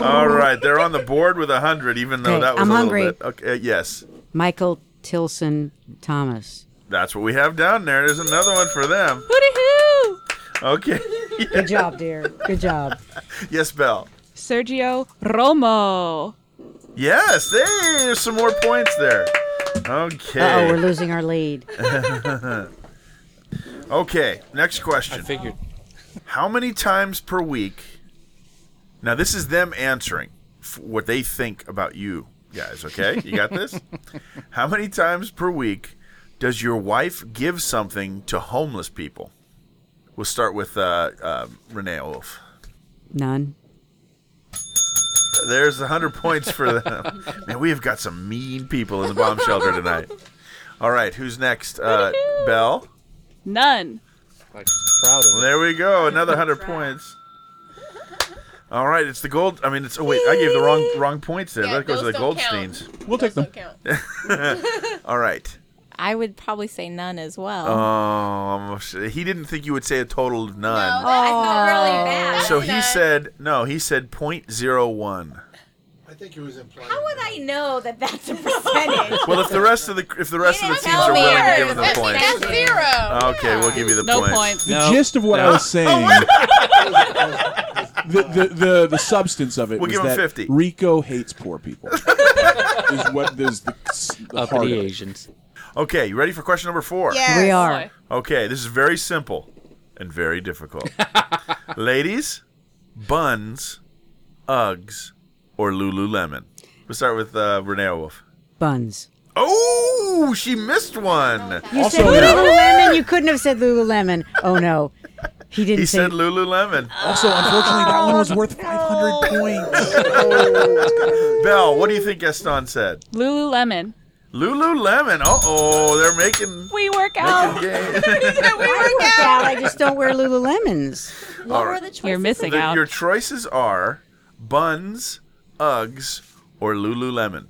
All right, they're on the board with a hundred, even though Okay, that was I'm a hungry. little bit. Okay, yes, Michael Tilson Thomas. that's what we have down there. There's another one for them. Hooty hoo. Okay, Good job, dear. Good job. yes, Bell. Sergio Romo. Yes, hey, there's some more points there. Uh oh, Okay, we're losing our lead. okay. Next I question. figured. How many times per week? Now this is them answering f- what they think about you guys. Okay, you got this. How many times per week does your wife give something to homeless people? We'll start with uh, uh, Renee Wolf. None. There's 100 points for them. Man, we have got some mean people in the bomb shelter tonight. All right, who's next? Uh, Belle. None. Like, she's proud of Well, it. there we go. Another hundred points. All right, it's the gold. I mean, it's. Oh wait, I gave the wrong wrong points there. Yeah, that goes to those the don't count. Goldsteins. We'll take them. Don't count. All right. I would probably say none as well. Um, he didn't think you would say a total of No, none. that's not really Oh. bad. so he None. said no. He said point zero one. I think it was implied. How would I know that that's a percentage? Well, if the rest of the if the rest of the teams tell are me. willing to give him the That's, points, that's zero. okay, we'll give you the No points. points. The No. gist of what I No. was saying, the, the, the, the substance of it We'll was give him that 50. Rico hates poor people. is what is the, the Up heart of the it. Asians. Okay, you ready for question number four? Yes. We are. Okay, this is very simple and very difficult. Ladies, buns, Uggs, or Lululemon. We'll start with uh, Renee Wolf. Buns. Oh, she missed one. You Also, said yeah. Lululemon. You couldn't have said Lululemon. Oh no. He didn't He say- said Lululemon. Also, unfortunately, that one was Oh, worth 500 points. Bell, Oh. what do you think Gaston said? Lululemon. Lululemon. Uh oh, they're making. We work out. I work out. I just don't wear Lululemons. All right. You're missing The- out. Your choices are buns, Uggs, or Lululemon.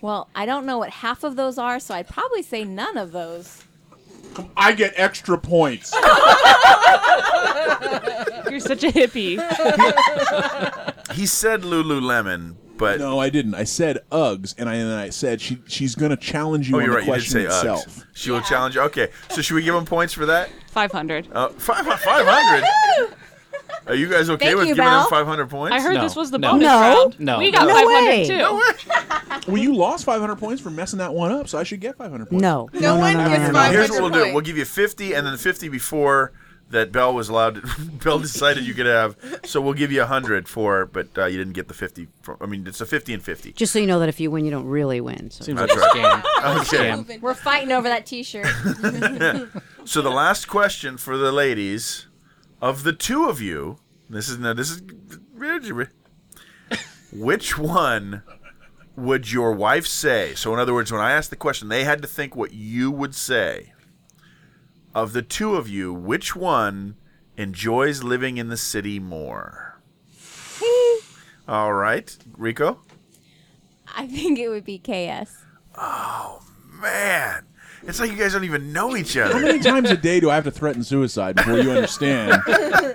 Well, I don't know what half of those are, so I'd probably say none of those. I get extra points. You're such a hippie. He said Lululemon, but no, I didn't. I said Uggs, and I and I said she she's going to challenge you oh, on you're the right. You did question say itself. Uggs. She will challenge you. Okay, so should we give him points for that? 500. Uh, five five hundred. Are you guys okay Thank with you, giving Bal. him five hundred points? I heard this was the bonus round. We got 500 too. well, you lost 500 points for messing that one up, so I should get 500 points. No. No, one gets Here's what we'll 500 do. We'll give you 50 and then 50 before that Bell was allowed Bell decided you could have. So we'll give you 100 for but uh, you didn't get the 50 for, I mean it's a 50 and 50. Just so you know that if you win, you don't really win. So. That's right. Okay. We're fighting over that T-shirt. so the last question for the ladies of the two of you, this is no this is which one would your wife say? So in other words, when I asked the question, they had to think what you would say. Of the two of you, which one enjoys living in the city more? All right, Rico. I think it would be KS. Man, it's like you guys don't even know each other. How many times a day do I have to threaten suicide before you understand?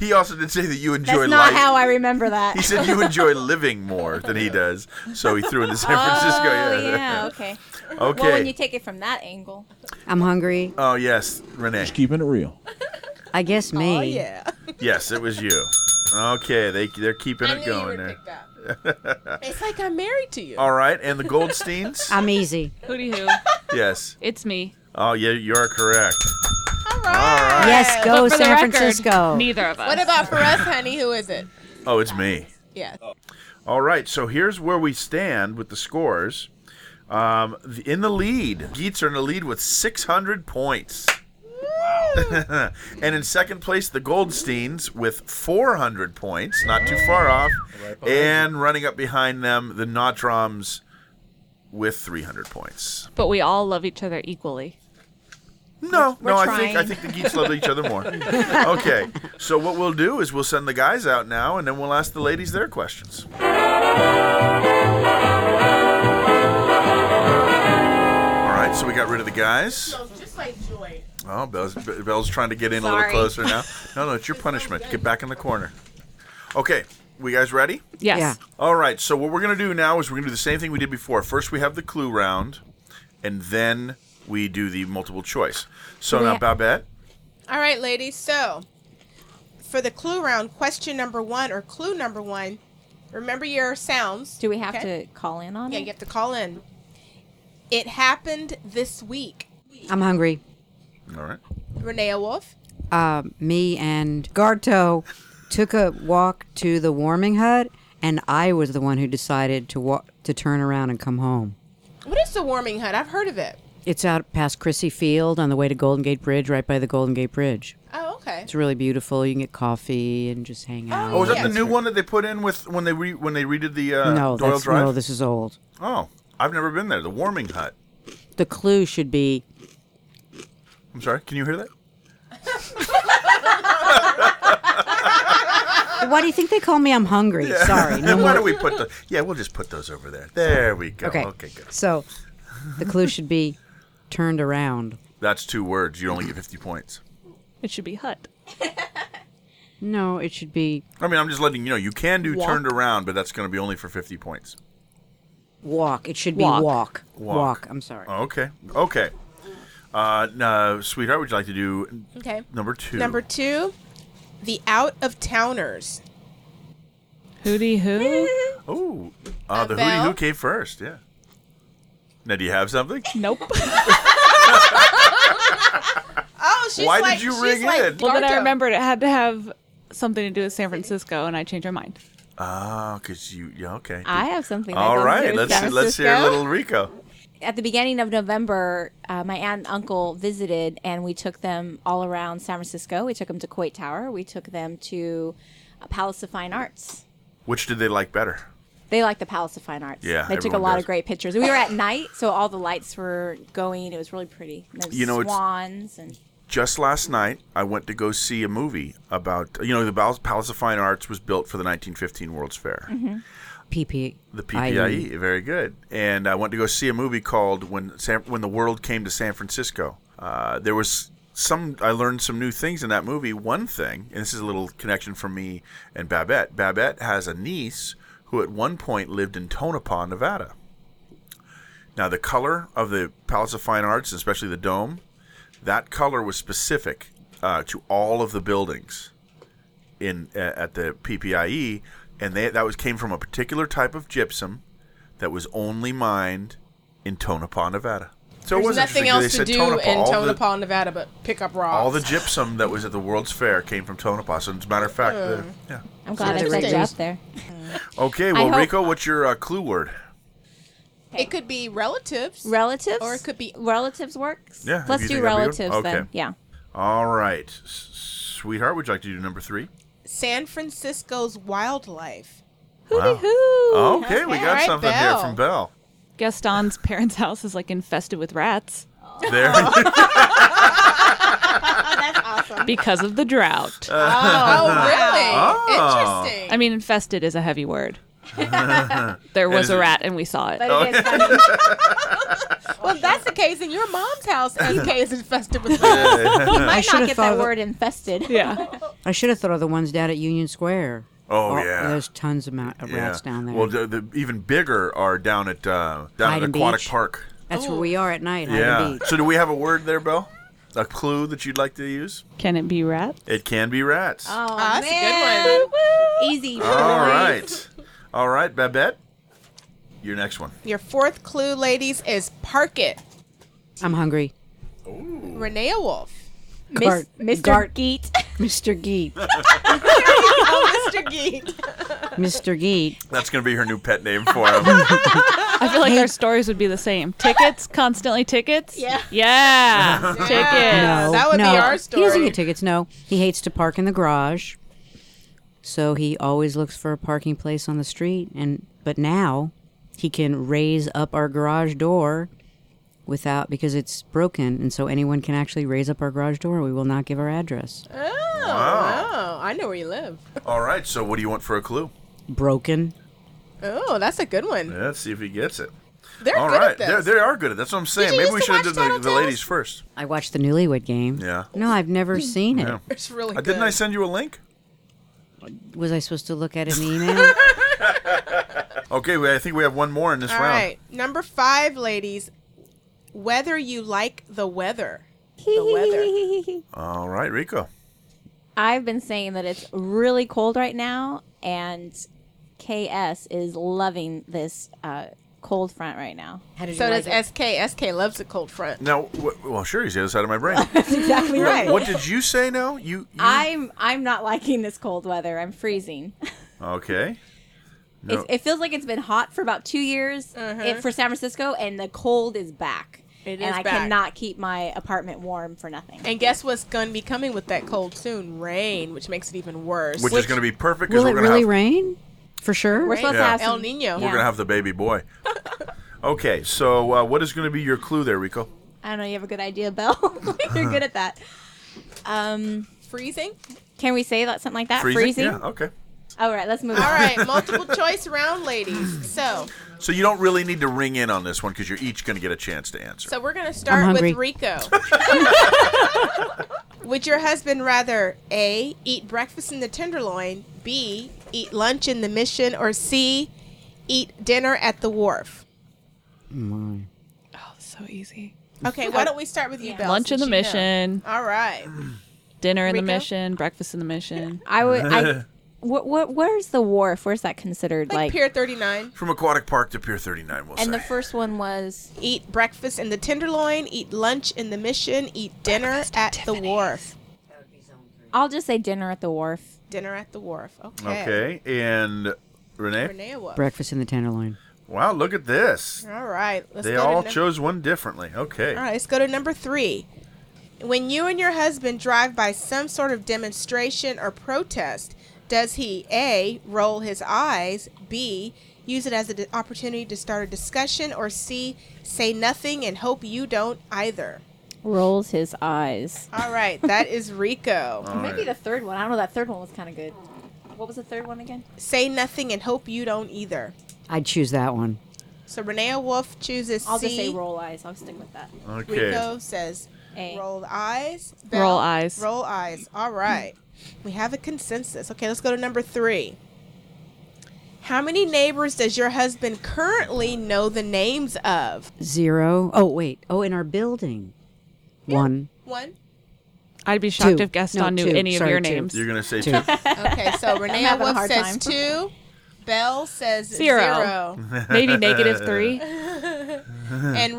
He also did say that you enjoy That's not life. how I remember that. he said you enjoy living more than he does, so he threw in the San Francisco. Oh yeah, okay. Well, Okay. when you take it from that angle, I'm hungry. Oh yes, Renee. Just keeping it real. I guess me. Oh, yeah. Yes, it was you. Okay, they they're keeping I it knew you going would there. It's like I'm married to you. All right, and the Goldsteins. I'm easy. Hootie hoo. yes. It's me. Oh yeah, you are correct. Yes, go But for the San record, Francisco. Neither of us. What about for us, honey? Who is it? Oh, it's me. Yeah. Oh. All right, so here's where we stand with the scores. Um, th- in the lead, Geets are in the lead with 600 points. and in second place, the Goldsteins with 400 points, not too far off. And running up behind them, the Notroms with 300 points. But we all love each other equally. No, We're no, I think I trying. think the geeks love each other more. Okay, so what we'll do is we'll send the guys out now, and then we'll ask the ladies their questions. All right, so we got rid of the guys. Just like Joy. Oh, Bell's, Bell's trying to get in a Sorry. little closer now. No, no, it's your punishment. Get back in the corner. Okay, we guys ready? Yes. Yeah. All right, so what we're going to do now is we're going to do the same thing we did before. First, we have the clue round, and then we do the multiple choice. So now, Yeah. Babette, All right, ladies. So, for the clue round, question number one or clue number one, remember your sounds. do we have to call in on Yeah, it? you have to call in. It happened this week. I'm hungry. All right. Renea Wolf. Uh, me and Garto took a walk to the warming hut, and I was the one who decided to walk to turn around and come home. What is the warming hut? I've heard of it. It's out past Chrissy Field on the way to Golden Gate Bridge, right by the Golden Gate Bridge. Oh, okay. It's really beautiful. You can get coffee and just hang out. Oh, is that the new one that they put in with when they re, when they redid the uh, no, Doyle that's, Drive? no, this is old. Oh, I've never been there. The warming hut. The clue should be I'm sorry. Can you hear that? Why do you think they call me? I'm hungry. Sorry. No Why more. don't we put the? Yeah, we'll just put those over there. There we go. Okay. Okay. good. So, the clue should be turned around. That's two words. You only get 50 points. It should be hut. No, it should be I mean, I'm just letting you know you can do Walk. turned around, but that's going to be only for 50 points. walk. It should be Walk. walk. Walk. Walk. I'm sorry. Okay. Okay. Uh, now, sweetheart, would you like to do Okay. number two? Number two, the out of towners. Hootie hoo. Oh, uh, the Bell? hootie who came first? Yeah. Now, do you have something? Nope. Oh, she's Why like, did you she's ring like, in? Well, then I Garto. remembered it had to have something to do with San Francisco, and I changed my mind. Ah, because you. Yeah. Okay. I have something. that All goes right, with let's San let's hear Francisco. little Rico. at the beginning of November, uh, my aunt and uncle visited, and we took them all around San Francisco. We took them to Coit Tower. We took them to uh, Palace of Fine Arts. Which did they like better? They liked the Palace of Fine Arts. Yeah, they took a everyone lot does. of great pictures. We were at night, so all the lights were going. It was really pretty. And there was You know, it's- swans and Just last night, I went to go see a movie about you know the Pal- Palace of Fine Arts was built for the 1915 World's Fair. Mm-hmm. PP. The PPIE, E. very good. And I went to go see a movie called "When San, When the World Came to San Francisco." Uh, there was some. I learned some new things in that movie. One thing, and this is a little connection from me and Babette. Babette has a niece who, at one point, lived in Tonopah, Nevada. Now, the color of the Palace of Fine Arts, especially the dome, that color was specific uh, to all of the buildings in uh, at the PPIE, E, and they, that was came from a particular type of gypsum that was only mined in Tonopah, Nevada. So it There's wasn't just- nothing they else to said do Tonopah. in all the- Tonopah, Nevada, but pick up rocks. all the gypsum that was at the World's Fair came from Tonopah. So, as a matter of fact, the, Hmm. yeah. I'm glad I picked you up there. Okay, I well, hope- Rico, what's your uh, clue word? It could be relatives. Relatives, Or it could be relatives works. Yeah. if let's you do think that'd be good. relatives then. Okay. Yeah. All right, S- sweetheart, would you like to do number three? San Francisco's wildlife. Wow. hoo. Okay, we Okay. got All right, something here Belle. from Belle. Gaston's parents' house is like infested with rats. There. Because of the drought. Oh, really? Oh. Interesting. I mean, infested is a heavy word. there was Is a it- rat and we saw it. Oh. But it is Well, if that's the case in your mom's house, SK is infested with rats. Yeah. You I might should've not get thought that of it. word infested. Yeah. I should have thought of the ones down at Union Square. Oh, yeah. There's tons of, mou- of rats down there. Well, the, the even bigger are down at uh, down Hyden at Aquatic Beach. Park. That's where we are at night. Hyden Oh. yeah. Beach. So, do we have a word there, Belle? A clue that you'd like to use? Can it be rat? It can be rats. Oh, Ah, that's a good man. Easy. All right. All right, Babette. Your next one. Your fourth clue, ladies, is park it. I'm hungry. Renea Wolf. Gart- Miss- Mr. Gart- Geet. Mr. Geet. oh, Mr. Geet. Mr. Geet. That's going to be her new pet name for him. I feel like our stories would be the same. Tickets, constantly tickets. Yeah. Yeah. Yeah. Tickets. No, no. He doesn't get tickets. No, he hates to park in the garage, so he always looks for a parking place on the street. And but now he can raise up our garage door without because it's broken, and so anyone can actually raise up our garage door. We will not give our address. Oh, Wow. wow. I know where you live. All right. So, what do you want for a clue? Broken. Oh, that's a good one. Let's see if he gets it. They're All good at right. this. They're- They are good at That's what I'm saying. you Maybe used we to should have watch done the, the Tattletales? ladies first. I watched the Newlywed Game. Yeah. No, I've never seen it. Yeah. It's really Uh, Didn't I send you a link? Was I supposed to look at an email? Okay, we- I think we have one more in this All round. right. Number five, ladies. Whether you like the weather. The weather. All right, Rico. I've been saying that it's really cold right now, and KS is loving this uh, cold front right now. How So does SK. SK loves the cold front. Now, wh- well, sure, he's the other side of my brain. That's exactly Now, right. What did you say? Now you. I'm I'm not liking this cold weather. I'm freezing. Okay. It's, it feels like it's been hot for about two years it, for San Francisco, and the cold is back. Mm-hmm. It and is I back. cannot keep my apartment warm for nothing. And guess what's going to be coming with that cold soon? Rain, which makes it even worse. Which, is going to be perfect because will we're it going to really have rain? For sure. We're supposed to Yeah. have El some- Nino. we're going to have the baby boy. okay, so uh, what is going to be your clue there, Rico? I don't know. You have a good idea, Belle. You're good at that. Um, freezing. Can we say that something like that? Freezing? Yeah. Okay. All right. Let's move. All on. right, multiple choice round, ladies. So, So you don't really need to ring in on this one because you're each going to get a chance to answer. so we're gonna start hungry. with Rico. Would your husband rather a eat breakfast in the Tenderloin, b eat lunch in the Mission, or c eat dinner at the Wharf? My. Oh, So easy. Okay, why don't we start with you, Belle? Uh, Lunch in since the you know. mission. All right. Dinner in the Rico? mission. Breakfast in the mission. I would. I, what, what, where's the wharf? Where's that considered? Like, Pier 39. From Aquatic Park to Pier 39, we'll And say. the first one was eat breakfast in the Tenderloin, eat lunch in the Mission, eat dinner at the Wharf. I'll just say dinner at the wharf. Dinner at the Wharf. Okay. okay, and Renee? Renee, what? Breakfast in the Tenderloin. Wow, look at this. All right. Let's they go to all num- chose one differently. Okay. All right, let's go to number three. When you and your husband drive by some sort of demonstration or protest, does he A, roll his eyes, B, use it as an opportunity to start a discussion, or C, say nothing and hope you don't either? Rolls his eyes. All right, that is Rico. Or maybe the third one. I don't know. That third one was kind of good. What was the third one again? Say nothing and hope you don't either. I'd choose that one. So Renea Wolf chooses I'll C. just say roll eyes. I'll stick with that. Okay. Rico says roll eyes. Roll eyes. Roll eyes. All right. we have a consensus. Okay, let's go to number three. How many neighbors does your husband currently know the names of? Zero. Oh wait. Oh, in our building. One. One. I'd be shocked Two. if Gaston No, knew two. any Sorry, of your two. names. You're gonna say Two. two. Okay, so I'm Renea having a Wolf hard says time. two. Belle says Zero. zero. Maybe negative three. and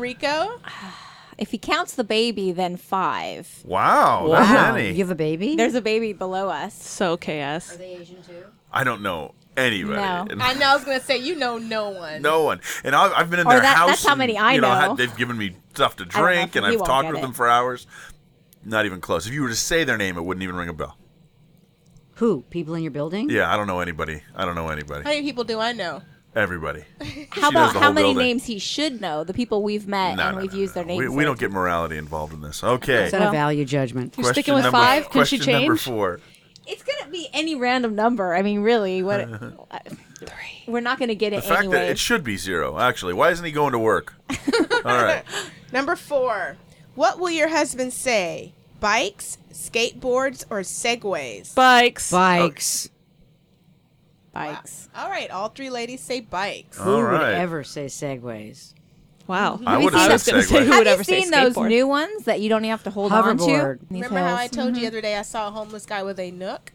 Rico? If he counts the baby, then five. Wow, that many. have a baby? There's a baby below us. So KS. Are they Asian too? I don't know anybody. No. And- I know. I was gonna say you know no one. No one. And I've, I've been in Or their that- house. that's how and, many I you know. had- they've given me stuff to don't know if drink, and he I've won't talked get with them it. for hours. Not even close. If you were to say their name, it wouldn't even ring a bell. Who? People in your Mm-hmm. building? Yeah, I don't know anybody. I don't know anybody. How many people do I know? Everybody. How She knows about the how whole many building. names he should know? The people we've met No, and no, we've no, used their names. We, we don't get morality involved in this. Okay. It's not a value judgment. Question number- question Number four. It's gonna be any random number. I mean, really, what? uh, We're not gonna get The it fact anyway. that it should be zero, actually. Why isn't he going to work? All right. Number four. What will your husband say? Bikes, skateboards, or segways? Bikes. Bikes. Bikes. All right, all three ladies say bikes. Who would right. ever say segways? Oh. Wow. I would've said segway. Have you ever seen say those skateboard? new ones that you don't have to hold on to? Hoverboard. These Remember how I hills. told Mm-hmm. you the other day I saw a homeless guy with a nook?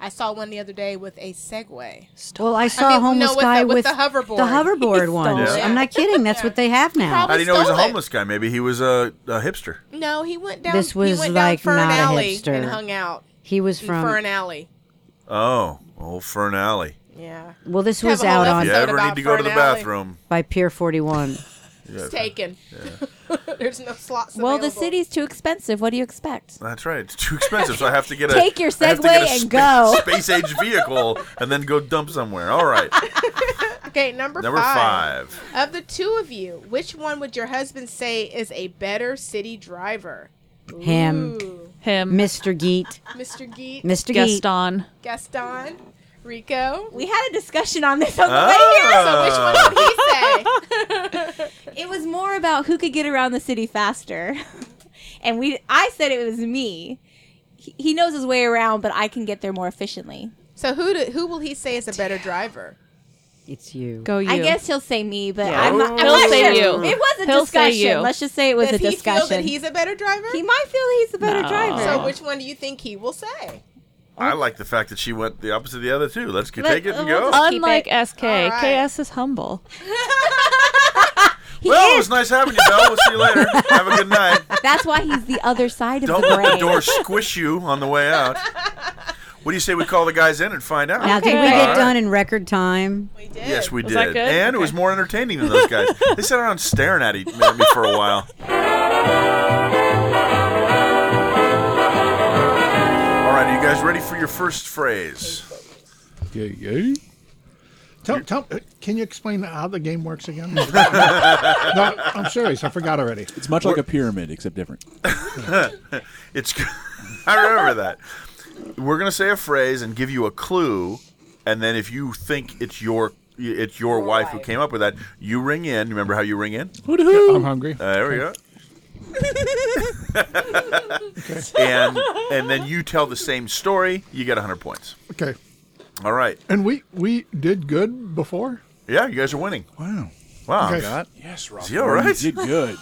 I saw one the other day with a Segway. Well, I saw mean, a homeless no, with guy the- with with the hoverboard. The hoverboard ones. it. I'm not kidding. That's what they have now. How do you know he's a stole it. homeless guy? Maybe he was a, a hipster. No, he went down. This he was went like down Fern not a Alley hipster. and hung out. He was in from. Fern Alley. Oh, old Fern Alley. Yeah. well, this Have was a whole out on if you ever need to go to the bathroom. by Pier 41. Yeah. It's Mm-hmm. taken. There's no slots. Well, the available. city's too expensive. What do you expect? That's right. It's too expensive, so I have to get a Take your I have to get a Segway and spa- go. space age vehicle and then go dump somewhere. All right, Okay, number, number five. Of the two of you, which one would your husband say is a better city driver? Him. Ooh. Him. Mr. Geet. Mr. Geet. Mr. Geet. Gaston. Gaston. Rico. We had a discussion on this on the Ah. way here. it was more about who could get around the city faster, and we. I said it was me. He he knows his way around, but I can get there more efficiently. So who do, who will he say is a better driver? It's you. Go you. I guess he'll say me, but Yeah. I'm not. I'm He'll not say sure. you. It was a He'll say discussion. you. Let's just say it was Does a he discussion. feel that he's a better driver? he might feel he's a better No. driver. so which one do you think he will say? I like the fact that she went the opposite of the other two. Let's go, Let- take it and we'll go. just keep Unlike SK, All right. KS is humble. well, it was nice having you, Belle. We'll see you later. Have a good night. That's why he's the other side of Don't the let brain. the door squish you on the way out. What do you say we call the guys in and find out? Now, did we All get right. done in record time? Yes, we Was did. that good? And it was more entertaining than those guys. they sat around staring at, each, at me for a while. All right, are you guys ready for your first phrase? Yeah, yeah. Tell, tell, uh, can you explain how the game works again? no, I'm serious. I forgot already. It's much like a pyramid, except different. It's. I remember that. We're gonna say a phrase and give you a clue, and then if you think it's your it's your wife who came up with that, you ring in. Remember how you ring in? I'm hungry. Uh, there we go. And and then you tell the same story. You get 100 points. Okay. All right. And we we did good before. Yeah, you guys are winning. Wow. Wow. Okay. Yes, Rob. Is he all right? You did good.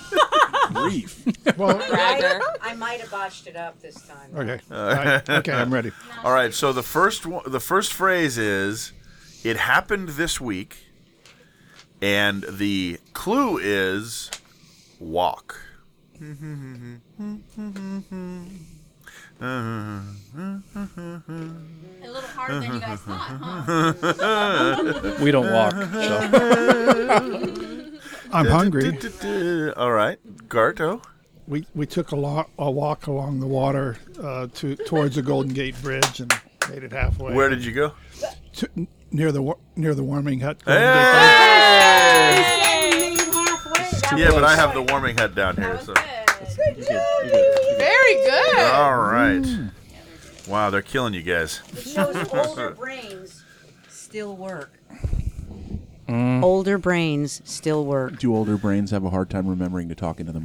Brief. Well, I might have botched it up this time. okay. All right. Okay, I'm ready. All right. So the first one, the first phrase is, "It happened this week," and the clue is, "Walk." Uh-huh. A little harder than you guys thought, huh? We don't walk, so. I'm hungry. All right, Garto. We we took a, lo- a walk along the water uh, to towards the Golden Gate Bridge and made it halfway. Where did you go? To, n- near the wa- near the warming hut. Golden Gate Bridge. Hey! Yeah, but I have the warming head down here. So. Very good. All right. Mm. Mm. Wow, they're killing you guys. shows older brains still work. Older brains still work. Do older brains have a hard time remembering to talk into the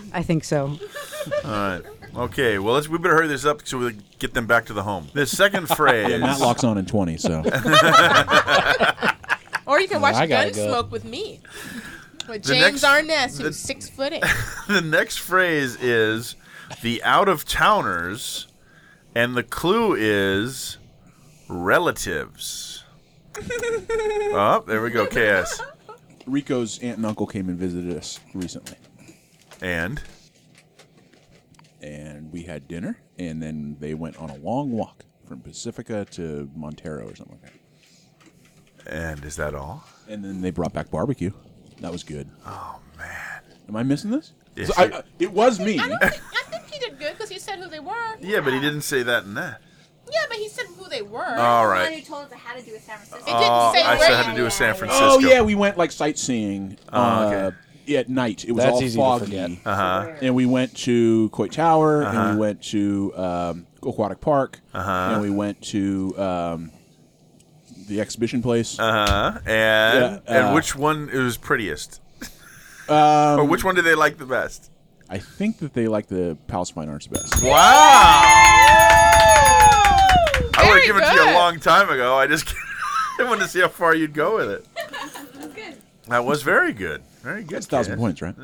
mic? I think so. All right. Okay. Well, let's we better hurry this up so we get them back to the home. The second phrase. Yeah, Matt locks on in 20, so. Or you can watch I gotta go. Gunsmoke with me. With The James next- Arness, the- who's six foot eight. the next phrase is the out of towners, and the clue is relatives. oh, there we go. KS. Rico's aunt and uncle came and visited us recently. And? And we had dinner, and then they went on a long walk from Pacifica to Montero or something like that. And is that all? And then they brought back barbecue. That was good. Oh, man. Am I missing this? Yes, So I- you- I- it was me. I think he did good because he said who they were. Yeah, but he didn't say that in that. Yeah, but he said who they were. All right. Oh, Who told us how to do a San Francisco? It didn't say I where still had you to do with San Francisco. Oh, yeah, we went like sightseeing Oh, uh, okay. at night. It was That's all easy to foggy. forget. Uh-huh. And we went to Coit Tower, and Uh-huh. we went to um, Aquatic Park, Uh-huh. and we went to um, the exhibition place. Uh-huh. And Yeah, uh, and which one is prettiest? Um, or which one do they like the best? I think that they like the Palace Fine Arts best. Wow! I would Very have given it to you good. a long time ago. I just I wanted to see how far you'd go with it. That was very good. Very good. That's 1,000 kid. points, right?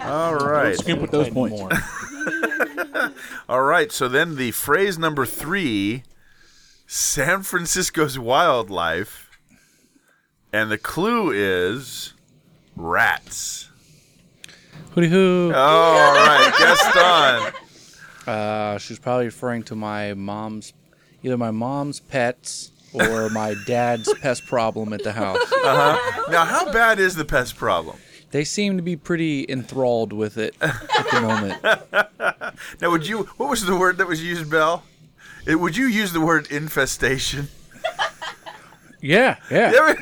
All right. Skimp with those points. All right. So then the phrase number three San Francisco's wildlife. And the clue is rats. Hooty hoo. Oh, all right. Gaston. Uh, she's probably referring to my mom's, either my mom's pets or my dad's pest problem at the house. Uh-huh. Now, how bad is the pest problem? They seem to be pretty enthralled with it at the moment. Now, would you? What was the word that was used, Bell? It, would you use the word infestation? Yeah, yeah.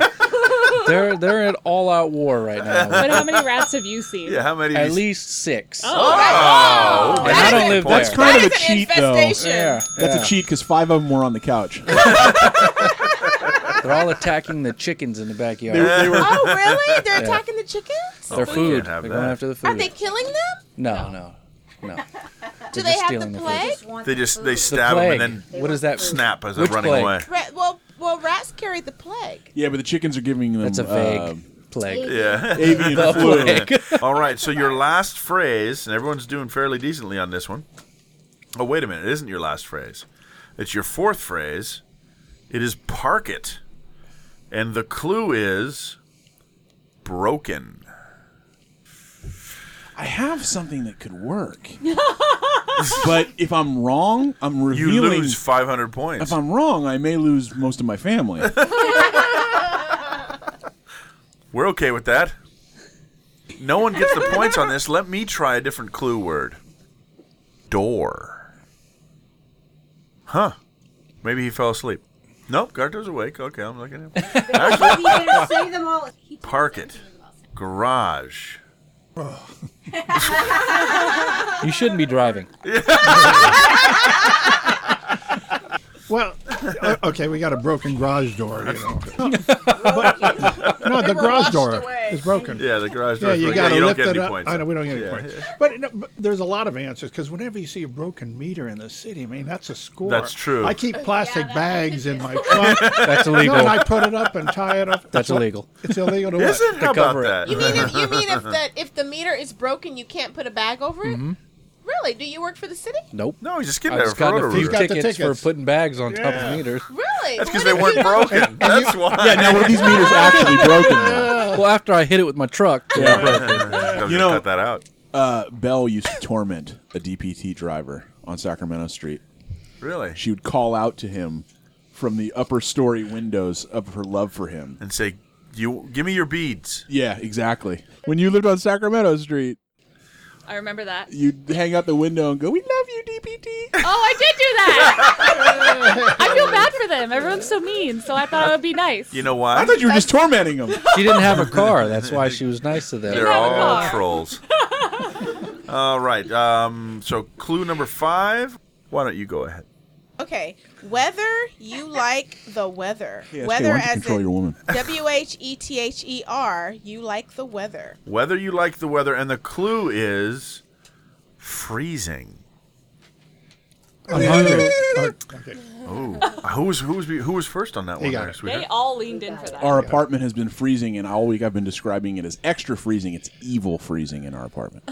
they're they're at all out war right now. But how many rats have you seen? Yeah, how many? At least six. Oh, Oh, and I don't live That's there. kind of a cheat, though. infestation. Yeah, That's yeah. a cheat because five of them were on the couch. They're all attacking the chickens in the backyard. They were- they were- Oh, really? They're Yeah. attacking the chickens? Oh, Their food. They're going after the Are food. they killing them? No, no, no. They're Do they just have stealing the the food. plague? They just they The stab them and plague. then What is that? Snap as they're Which running plague? away. Ra- well, well, rats carry the plague. yeah, but the chickens are giving them. That's a vague uh, plague. Yeah. Avian The flu. plague. All right. So your last phrase, and everyone's doing fairly decently on this one. Oh, wait a minute. It isn't your last phrase. It's your fourth phrase. It is park it. And the clue is broken. I have something that could work. but if I'm wrong, I'm revealing. lose 500 points. If I'm wrong, I may lose most of my family. We're okay with that. No one gets the points on this. Let me try a different clue word. Door. Huh. Maybe he fell asleep. Nope, Garto's awake. Okay, I'm looking at him. Maybe you didn't Actually, say them all. park it. Garage. You shouldn't be driving. Well, uh, okay, we got a broken garage door. You know. But- no, the garage door is broken. Yeah, the garage door. Yeah, you got gotta you don't lift get it any up. points. I know we don't get any Yeah. points. But, no, but there's a lot of answers because whenever you see a broken meter in the city, I mean that's a score. That's true. I keep plastic bags in my trunk. That's No, illegal. and I put it up and tie it up. That's It's what- illegal. It's illegal to Is what? it? To How about cover it. that? You mean if, you mean if that if the meter is broken, you can't put a bag over it? Mhm. Really? Do you work for the city? Nope. No, he's just I getting there just for got rotor a few rooter. tickets, for putting bags on top Yeah. of meters. Really? That's because they weren't broken. That's why. Yeah, now were these meters actually broken? Well, after I hit it with my truck, they were broken. you know, cut that out. Uh, Bell used to torment a DPT driver on Sacramento Street. Really? She would call out to him from the upper story windows of her love for him and say, "You give me your beads." Yeah, exactly. When you lived on Sacramento Street, I remember that. you'd hang out the window and go, "We love you, DPT." Oh, I did do that. I feel bad for them. Everyone's so mean, so I thought it would be nice. You know why? I thought you were just tormenting him. She didn't have a car. That's why she was nice to them. They're all trolls. All right. Um, so clue number five. Why don't you go ahead? Okay, whether you like the weather, Yes, okay, whether why don't you as control in your woman? W H E T H E R, you like the weather. Whether you like the weather, and the clue is freezing. I'm hungry. Oh, who was who was who was first on that He one? got there, it. sweetheart? all leaned in for that. Our apartment has been freezing, and all week I've been describing it as extra freezing. It's evil freezing in our apartment.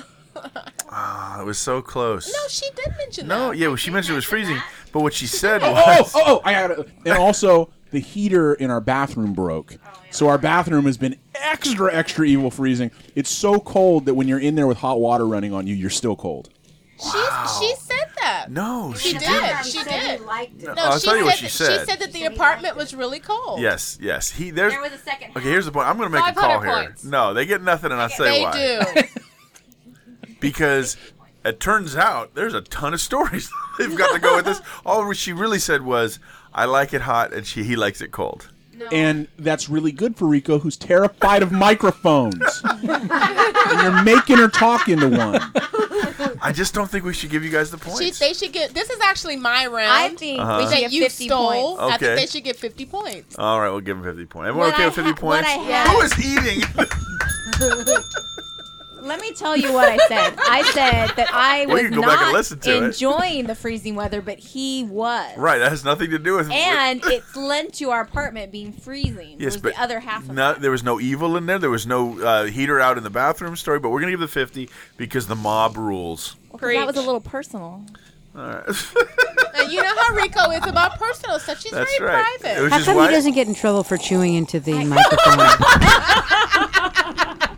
Ah, it was so close. No, she did mention No, yeah, well, she mentioned it was freezing, but what she said Oh, was, oh, oh, I got it. And also, the heater in our bathroom broke. So our bathroom has been extra, extra evil freezing. It's so cold that when you're in there with hot water running on you, you're still cold. She's, she said that. No, she, she did. didn't. She She did. it. No, I'll she tell you said what she that, said. She said that the apartment was really cold. yes, yes. He there's There was a second Okay, here's the point. I'm going to make a 500 call here. points. No, they get nothing, and I'll say they why. do. because it turns out there's a ton of stories they've got to go with this. All she really said was, "I like it hot," and she he likes it cold. And that's really good for Rico, who's terrified of microphones. and you're making her talk into one. I just don't think we should give you guys the She, points. they should get. This is actually my round. I we think Uh-huh. should that get you 50 stole. points. I think Okay. they should get fifty points. All right, we'll give him 50 points. Everyone What okay I with 50 ha- what points? I had- Who is eating? Let me tell you what I said. I said that I Well, was you can go not back and listen to it. enjoying the freezing weather, but he was. right, that has nothing to do with. And it's lent to our apartment being freezing. Yes, was but the other half of no, there was no evil in there. There was no uh, heater out in the bathroom story. But we're gonna give the 50 because the mob rules. Well, 'cause That was a little personal. All right. Now, you know how Rico is about personal stuff. Oh, She's That's very right. private. It was How just come why- he doesn't get in trouble for chewing into the microphone?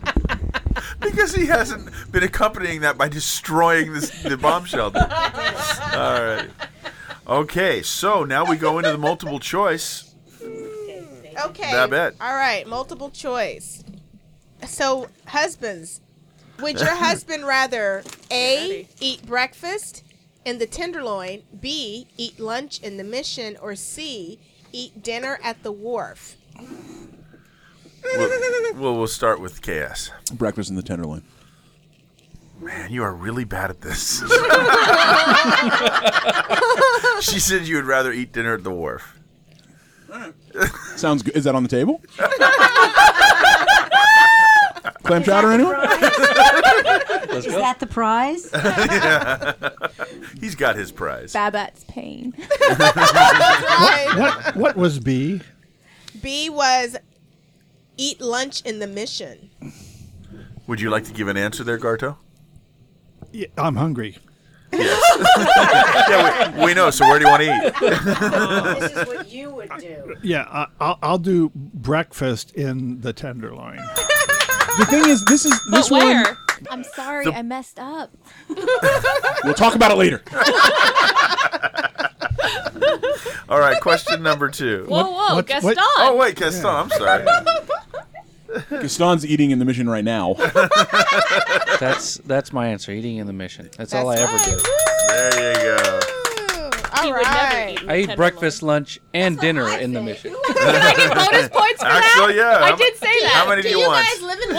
because he hasn't been accompanying that by destroying this, the bomb shelter. All right. Okay, so now we go into the multiple choice. Okay. Babette. All right, multiple choice. So, husbands, would your husband rather A, eat breakfast in the Tenderloin, B, eat lunch in the Mission, or C, eat dinner at the wharf? We'll, we'll, we'll start with chaos. Breakfast in the Tenderloin. Man, you are really bad at this. she said you would rather eat dinner at the wharf. Sounds good. Is that on the table? Clam chowder, anyone? Let's Is go. that the prize? Yeah. He's got his prize. Babette's pain. Right. What, what was B? B was eat lunch in the Mission. Would you like to give an answer there, Garto? Yeah, I'm hungry. yeah, we, we know. So where do you want to eat? Oh, This is what you would do. Yeah, I, I'll, I'll do breakfast in the tenderloin. the thing is, this is this one. I'm sorry, The- I messed up. We'll talk about it later. All right, question number two. Whoa, whoa, what- Gaston! what- Oh, wait, Gaston, I'm sorry. Gaston's eating in the mission right now. That's that's my answer. Eating in the mission. That's, all I That's ever do. There you go. All right. I eat breakfast, lunch, and dinner in the mission. I get bonus points for Actually, that. yeah. I did say that. How many do Do you you want? guys live in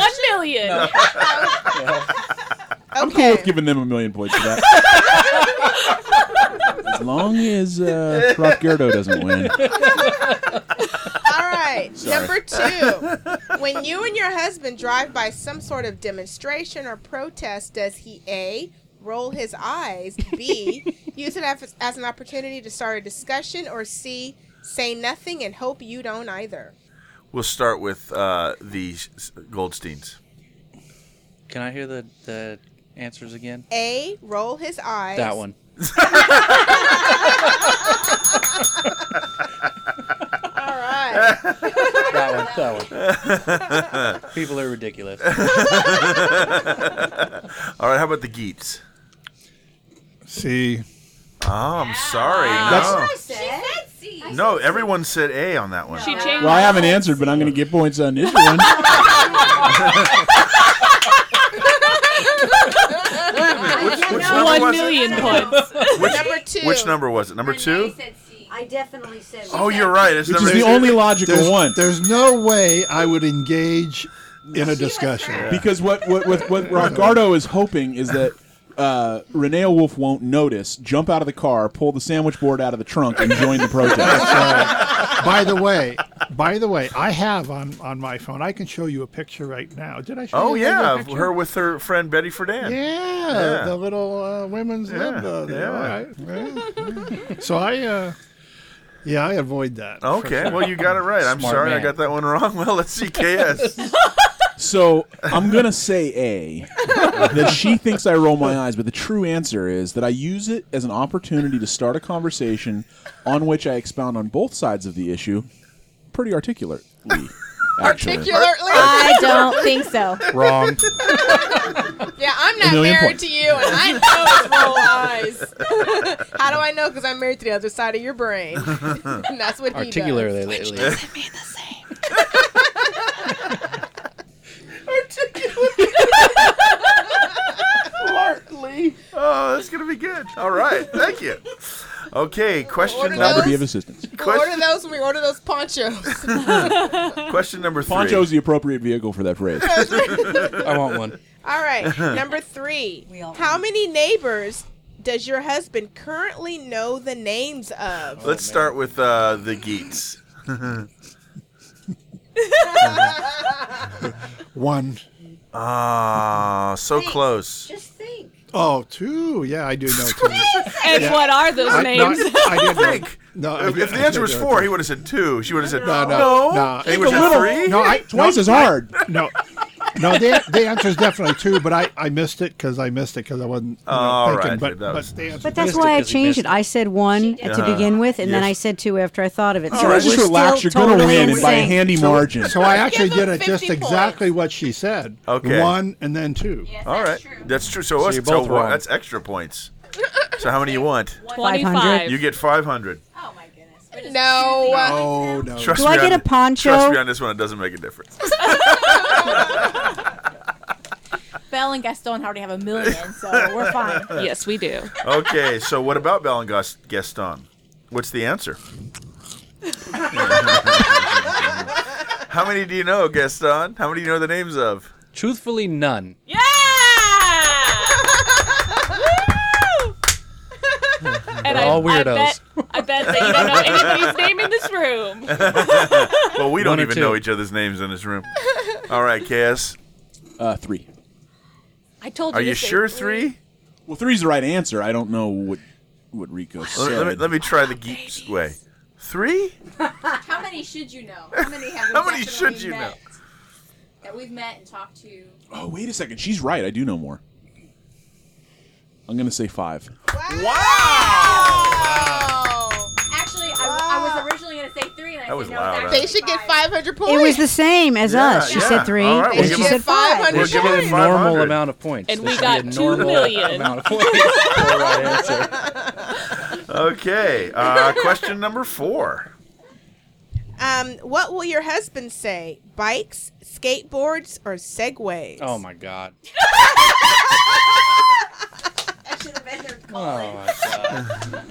one million? I'm cool with giving them a million points for that. as long as uh, Prof. Gerdo doesn't win. All right. Sorry. Number two. When you and your husband drive by some sort of demonstration or protest, does he A, roll his eyes, B, use it as, as an opportunity to start a discussion, or C, say nothing and hope you don't either? We'll start with uh, the s- Goldsteins. Can I hear the the answers again? A, roll his eyes. That one. All right. That one. That one. People are ridiculous. All right, how about the Geats? See. Oh, I'm sorry. Ah. No. No, everyone said A on that one. She changed Well, I haven't answered, but I'm going to get points on this one. One million points. Which, Number two. Which number was it? Number two? I definitely said. Oh, you're right. It's Which number is the two. only logical one. There's no way I would engage in a discussion. Because what what what, what Rogardo is hoping is that uh, Renee Wolf won't notice, jump out of the car, pull the sandwich board out of the trunk, and join the protest. by the way, by the way, I have on on my phone. I can show you a picture right now. Did I show Oh, you? a yeah. of picture? Her with her friend Betty Friedan. Yeah, the little uh, women's Yeah, lib. Uh, there. yeah. All right. Yeah. so I, uh, yeah, I avoid that. for Okay, sure. well, you got it right. I'm Smart sorry I man. got that one wrong. Well, let's see KS. so I'm going to say A. that she thinks I roll my eyes, but the true answer is that I use it as an opportunity to start a conversation on which I expound on both sides of the issue pretty articulately. Actually. I don't think so. Wrong. Yeah, I'm not A million married points. to you, and I know it's roll eyes. How do I know? Because I'm married to the other side of your brain. and that's what he does. Articularly lately. Lartly. Oh, that's going to be good. All right. Thank you. Okay, question Order number That would be of assistance. We'll order those when we order those ponchos. Question number three. Poncho's the appropriate vehicle for that phrase. I want one. All right, number three. How many neighbors does your husband currently know the names of? Let's Oh, start with uh, the Geats. One. Ah, so close. Just think. Oh, two. Yeah, I do know two. And Yeah. what are those I, no, names? I, I did know- Think. No, I if, did- if the I answer did was know four, two. he would have said two. She would have said No, no, no. He Think would a have said little. three. No, I, Twice no, as hard. I- no, no. The, the answer is definitely two, but I, I missed it because I missed it because I wasn't you know, All thinking. right, but, that but was- the answer But that's is why I 'cause he changed missed it. I said one to Uh, begin with, and then yes. I said two after I thought of it. So we're just relax. You're still going to totally win in and by a sync. handy margin. So I actually Give him did it just 50 points. exactly what she said. Okay. One and then two. All right, that's true. So, us, you're both so what- wrong. that's extra points. So how many you want? 25. You get 500. No. Oh no. Trust Do me I get on, a poncho? Trust me on this one; it doesn't make a difference. Bell and Gaston already have a million, so we're fine. yes, we do. Okay, so what about Bell and Gus- Gaston? What's the answer? How many do you know, Gaston? How many do you know the names of? Truthfully, none. Yeah! and We're all I weirdos. bet, I bet that you don't know anybody's name in this room. Well, we don't One or even two. know each other's names in this room. All right, KS. Uh, three. I told you. Are you to say sure three? Well, three's the right answer. I don't know what what Rico Let said. me, let me, let me try the geeks way. Three? How many should you know? How many have we How many definitely should you met That we've met and talked to. oh, wait a second. She's right. I do know more. I'm going to say five. Oh. Actually, I, I Ah. was originally going to say three, and I That was said no. loud, it's huh? actually They should get five. 500 points. It was the same as Yeah, us. She yeah. said three, All right, we'll and give she her said five. 500. We'll There should give be him a normal 500. amount of points. And There we should got be a 2 normal million. amount of points. for the right answer. Okay. Uh, question number four. Um, what will your husband say? Bikes, skateboards, or segways? Oh my god. I should have been there Oh calling. my god.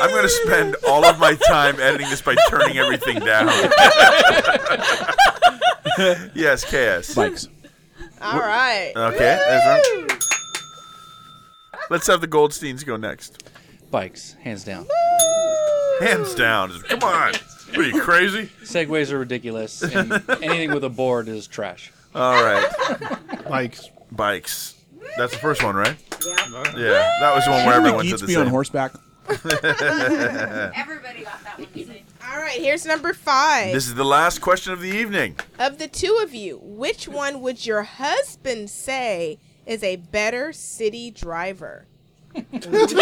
I'm going to spend all of my time editing this by turning everything down. yes, KS. Bikes. All right. Okay. there's one. Let's have the Goldsteins go next. Bikes, hands down. Hands down. Come on. What are you crazy? Segways are ridiculous, and anything with a board is trash. All right. Like Bikes. That's the first one, right? Yeah. Yeah. That was the one where everyone Geets said the be on same. horseback. Everybody got that one. didn't they? All right, here's number five. This is the last question of the evening. of the two of you, which one would your husband say is a better city driver? Let's start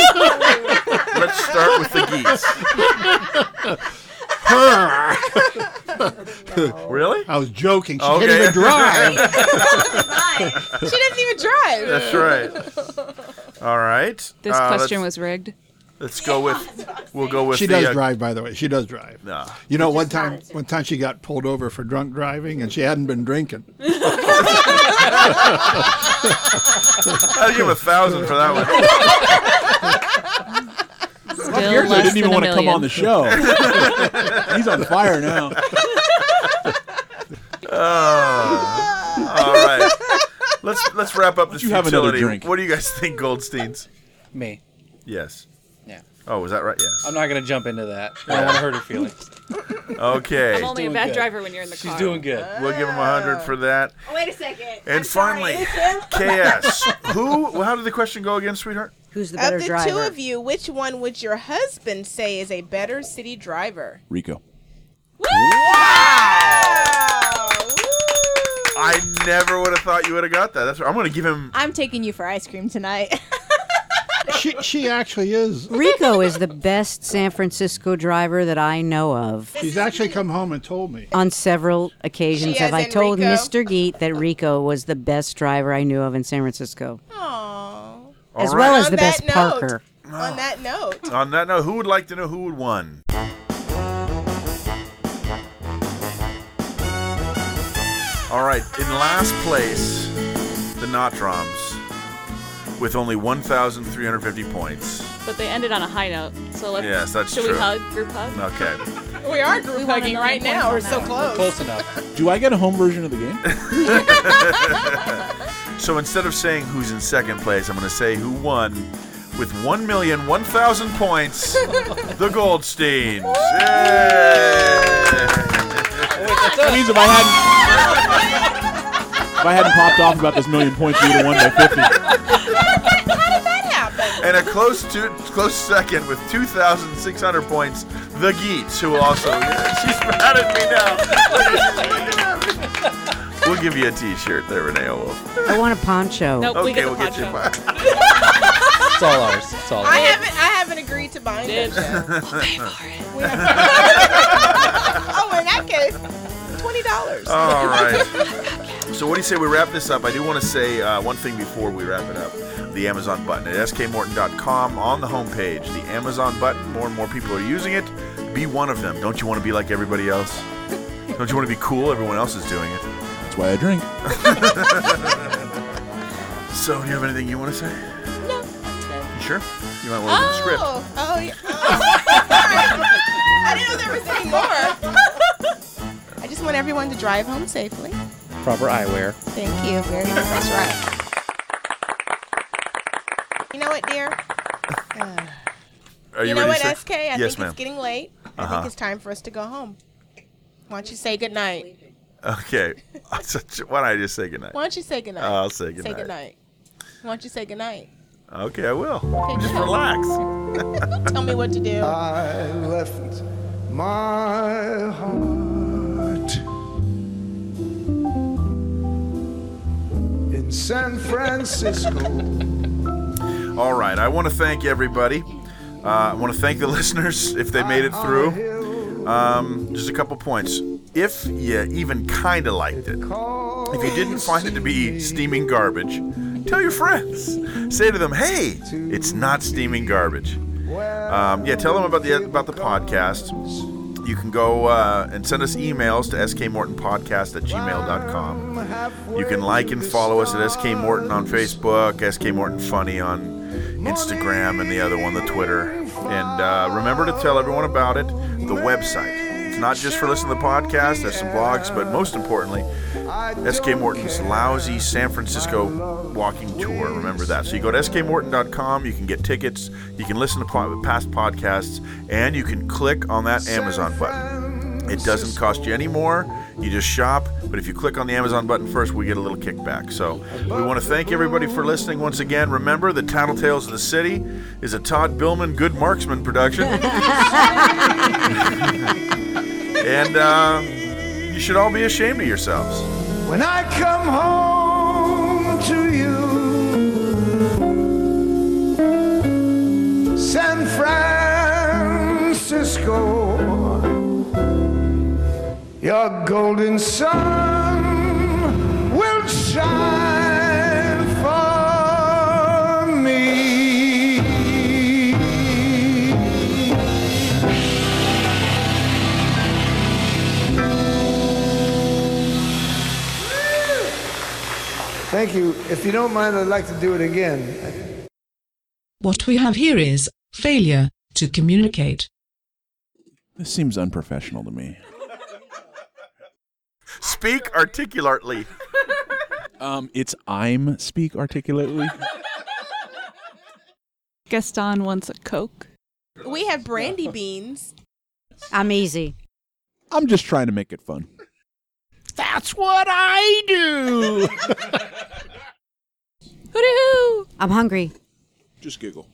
with the geese. her. No. really? I was joking. She Okay. didn't even drive. she doesn't even drive. That's right. All right. This Uh, question let's- was rigged. Let's go with. We'll go with. she the, does uh, drive, by the way. She does drive. Nah. You know, one time, one time she got pulled over for drunk driving, and she hadn't been drinking. I'll give a thousand for that one. Well, Pierce, I didn't even want to come on the show. He's on fire now. Oh. all right. Let's let's wrap up this you have another futility. drink? What do you guys think, Goldstein's? Me. Yes. Yeah. Oh, was that right? Yes. I'm not gonna jump into that. I don't Yeah. want to hurt her feelings. Okay. I'm only a doing bad good. driver when you're in the She's car. doing good. We'll give him a hundred for that. Wait a second. And finally, KS. Who? well, How did the question go again, sweetheart? Who's the of the two of you, which one would your husband say is a better city driver? Rico. I never would have thought you would have got that. That's. I'm going to give him. I'm taking you for ice cream tonight. she she actually is. Rico is the best San Francisco driver that I know of. She's actually come home and told me. On several occasions She have as I in told Rico. Mr. Geet that Rico was the best driver I knew of in San Francisco. As All well right. as the best parker. On that note, On that note, who would like to know who would won? All right, in last place, the Notroms, with only 1,350 points. But they ended on a high note. So let's. Yes, that's Should true. we hug? Group hug? Okay. we are group hugging right now. We're so close. enough. Do I get a home version of the game? So instead of saying who's in second place, I'm going to say who won with 1,001,000 points, the Goldsteins. That means if I hadn't if I hadn't popped off about this million points, you would have won by fifty. And a close to close second with 2,600 points, the Geets, who also she's mad at me now. we'll give you a T-shirt there, Renee Wolf. I want a poncho. Nope, we Okay, get the we'll get you poncho. It's all ours. It's all I ours. haven't I haven't agreed to buying them. though. We have- oh, in that case, twenty dollars. All right. So what do you say we wrap this up? I do want to say uh, one thing before we wrap it up. The Amazon button at skmorton.com on the homepage. The Amazon button. More and more people are using it. Be one of them. Don't you want to be like everybody else? Don't you want to be cool? Everyone else is doing it. That's why I drink. So do you have anything you want to say? No. You sure? You might want to the script. Oh, oh, yeah. oh. I didn't know there was any more. I just want everyone to drive home safely. Proper eyewear. Thank you very much. That's right. You know what, dear? Uh, Are you, know ready to say? what, SK? I yes, think ma'am. it's getting late. I Uh-huh. think it's time for us to go home. Why don't you say goodnight? Okay. Why don't I just say goodnight? Why don't you say goodnight? I'll say Say goodnight. goodnight. Why don't you say goodnight? Okay, I will. Okay, Just good. relax. Tell me what to do. I left my heart in San Francisco. All right. I want to thank everybody. Uh, I want to thank the listeners if they made it through. Um, just a couple points. If you even kind of liked it, if you didn't find it to be steaming garbage, tell your friends. Say to them, "Hey, it's not steaming garbage." Um, yeah, tell them about the about the podcast. You can go uh, and send us emails to skmortonpodcast at gmail.com. You can like and follow us at SK Morton on Facebook, SK Morton Funny on Instagram, and the other one, the Twitter. And uh, remember to tell everyone about it. The website. It's not just for listening to the podcast. There's some blogs, but most importantly, SK Morton's lousy San Francisco walking tour. Remember that. So you go to skmorton.com. You can get tickets. You can listen to po- past podcasts, and you can click on that Amazon button. It doesn't cost you any more. You just shop. But if you click on the Amazon button first, we get a little kickback. So we want to thank everybody for listening once again. Remember, the Tattletales of the City is a Todd Billman Good Marksman production. and uh, you should all be ashamed of yourselves. When I come home to you, San Francisco, Your golden sun will shine for me. Thank you. If you don't mind, I'd like to do it again. What we have here is failure to communicate. This seems unprofessional to me. Speak articulately. Um, it's I'm speak articulately. Gaston wants a Coke. We have brandy beans. I'm easy. I'm just trying to make it fun. That's what I do. Hoodoo! I'm hungry. Just giggle.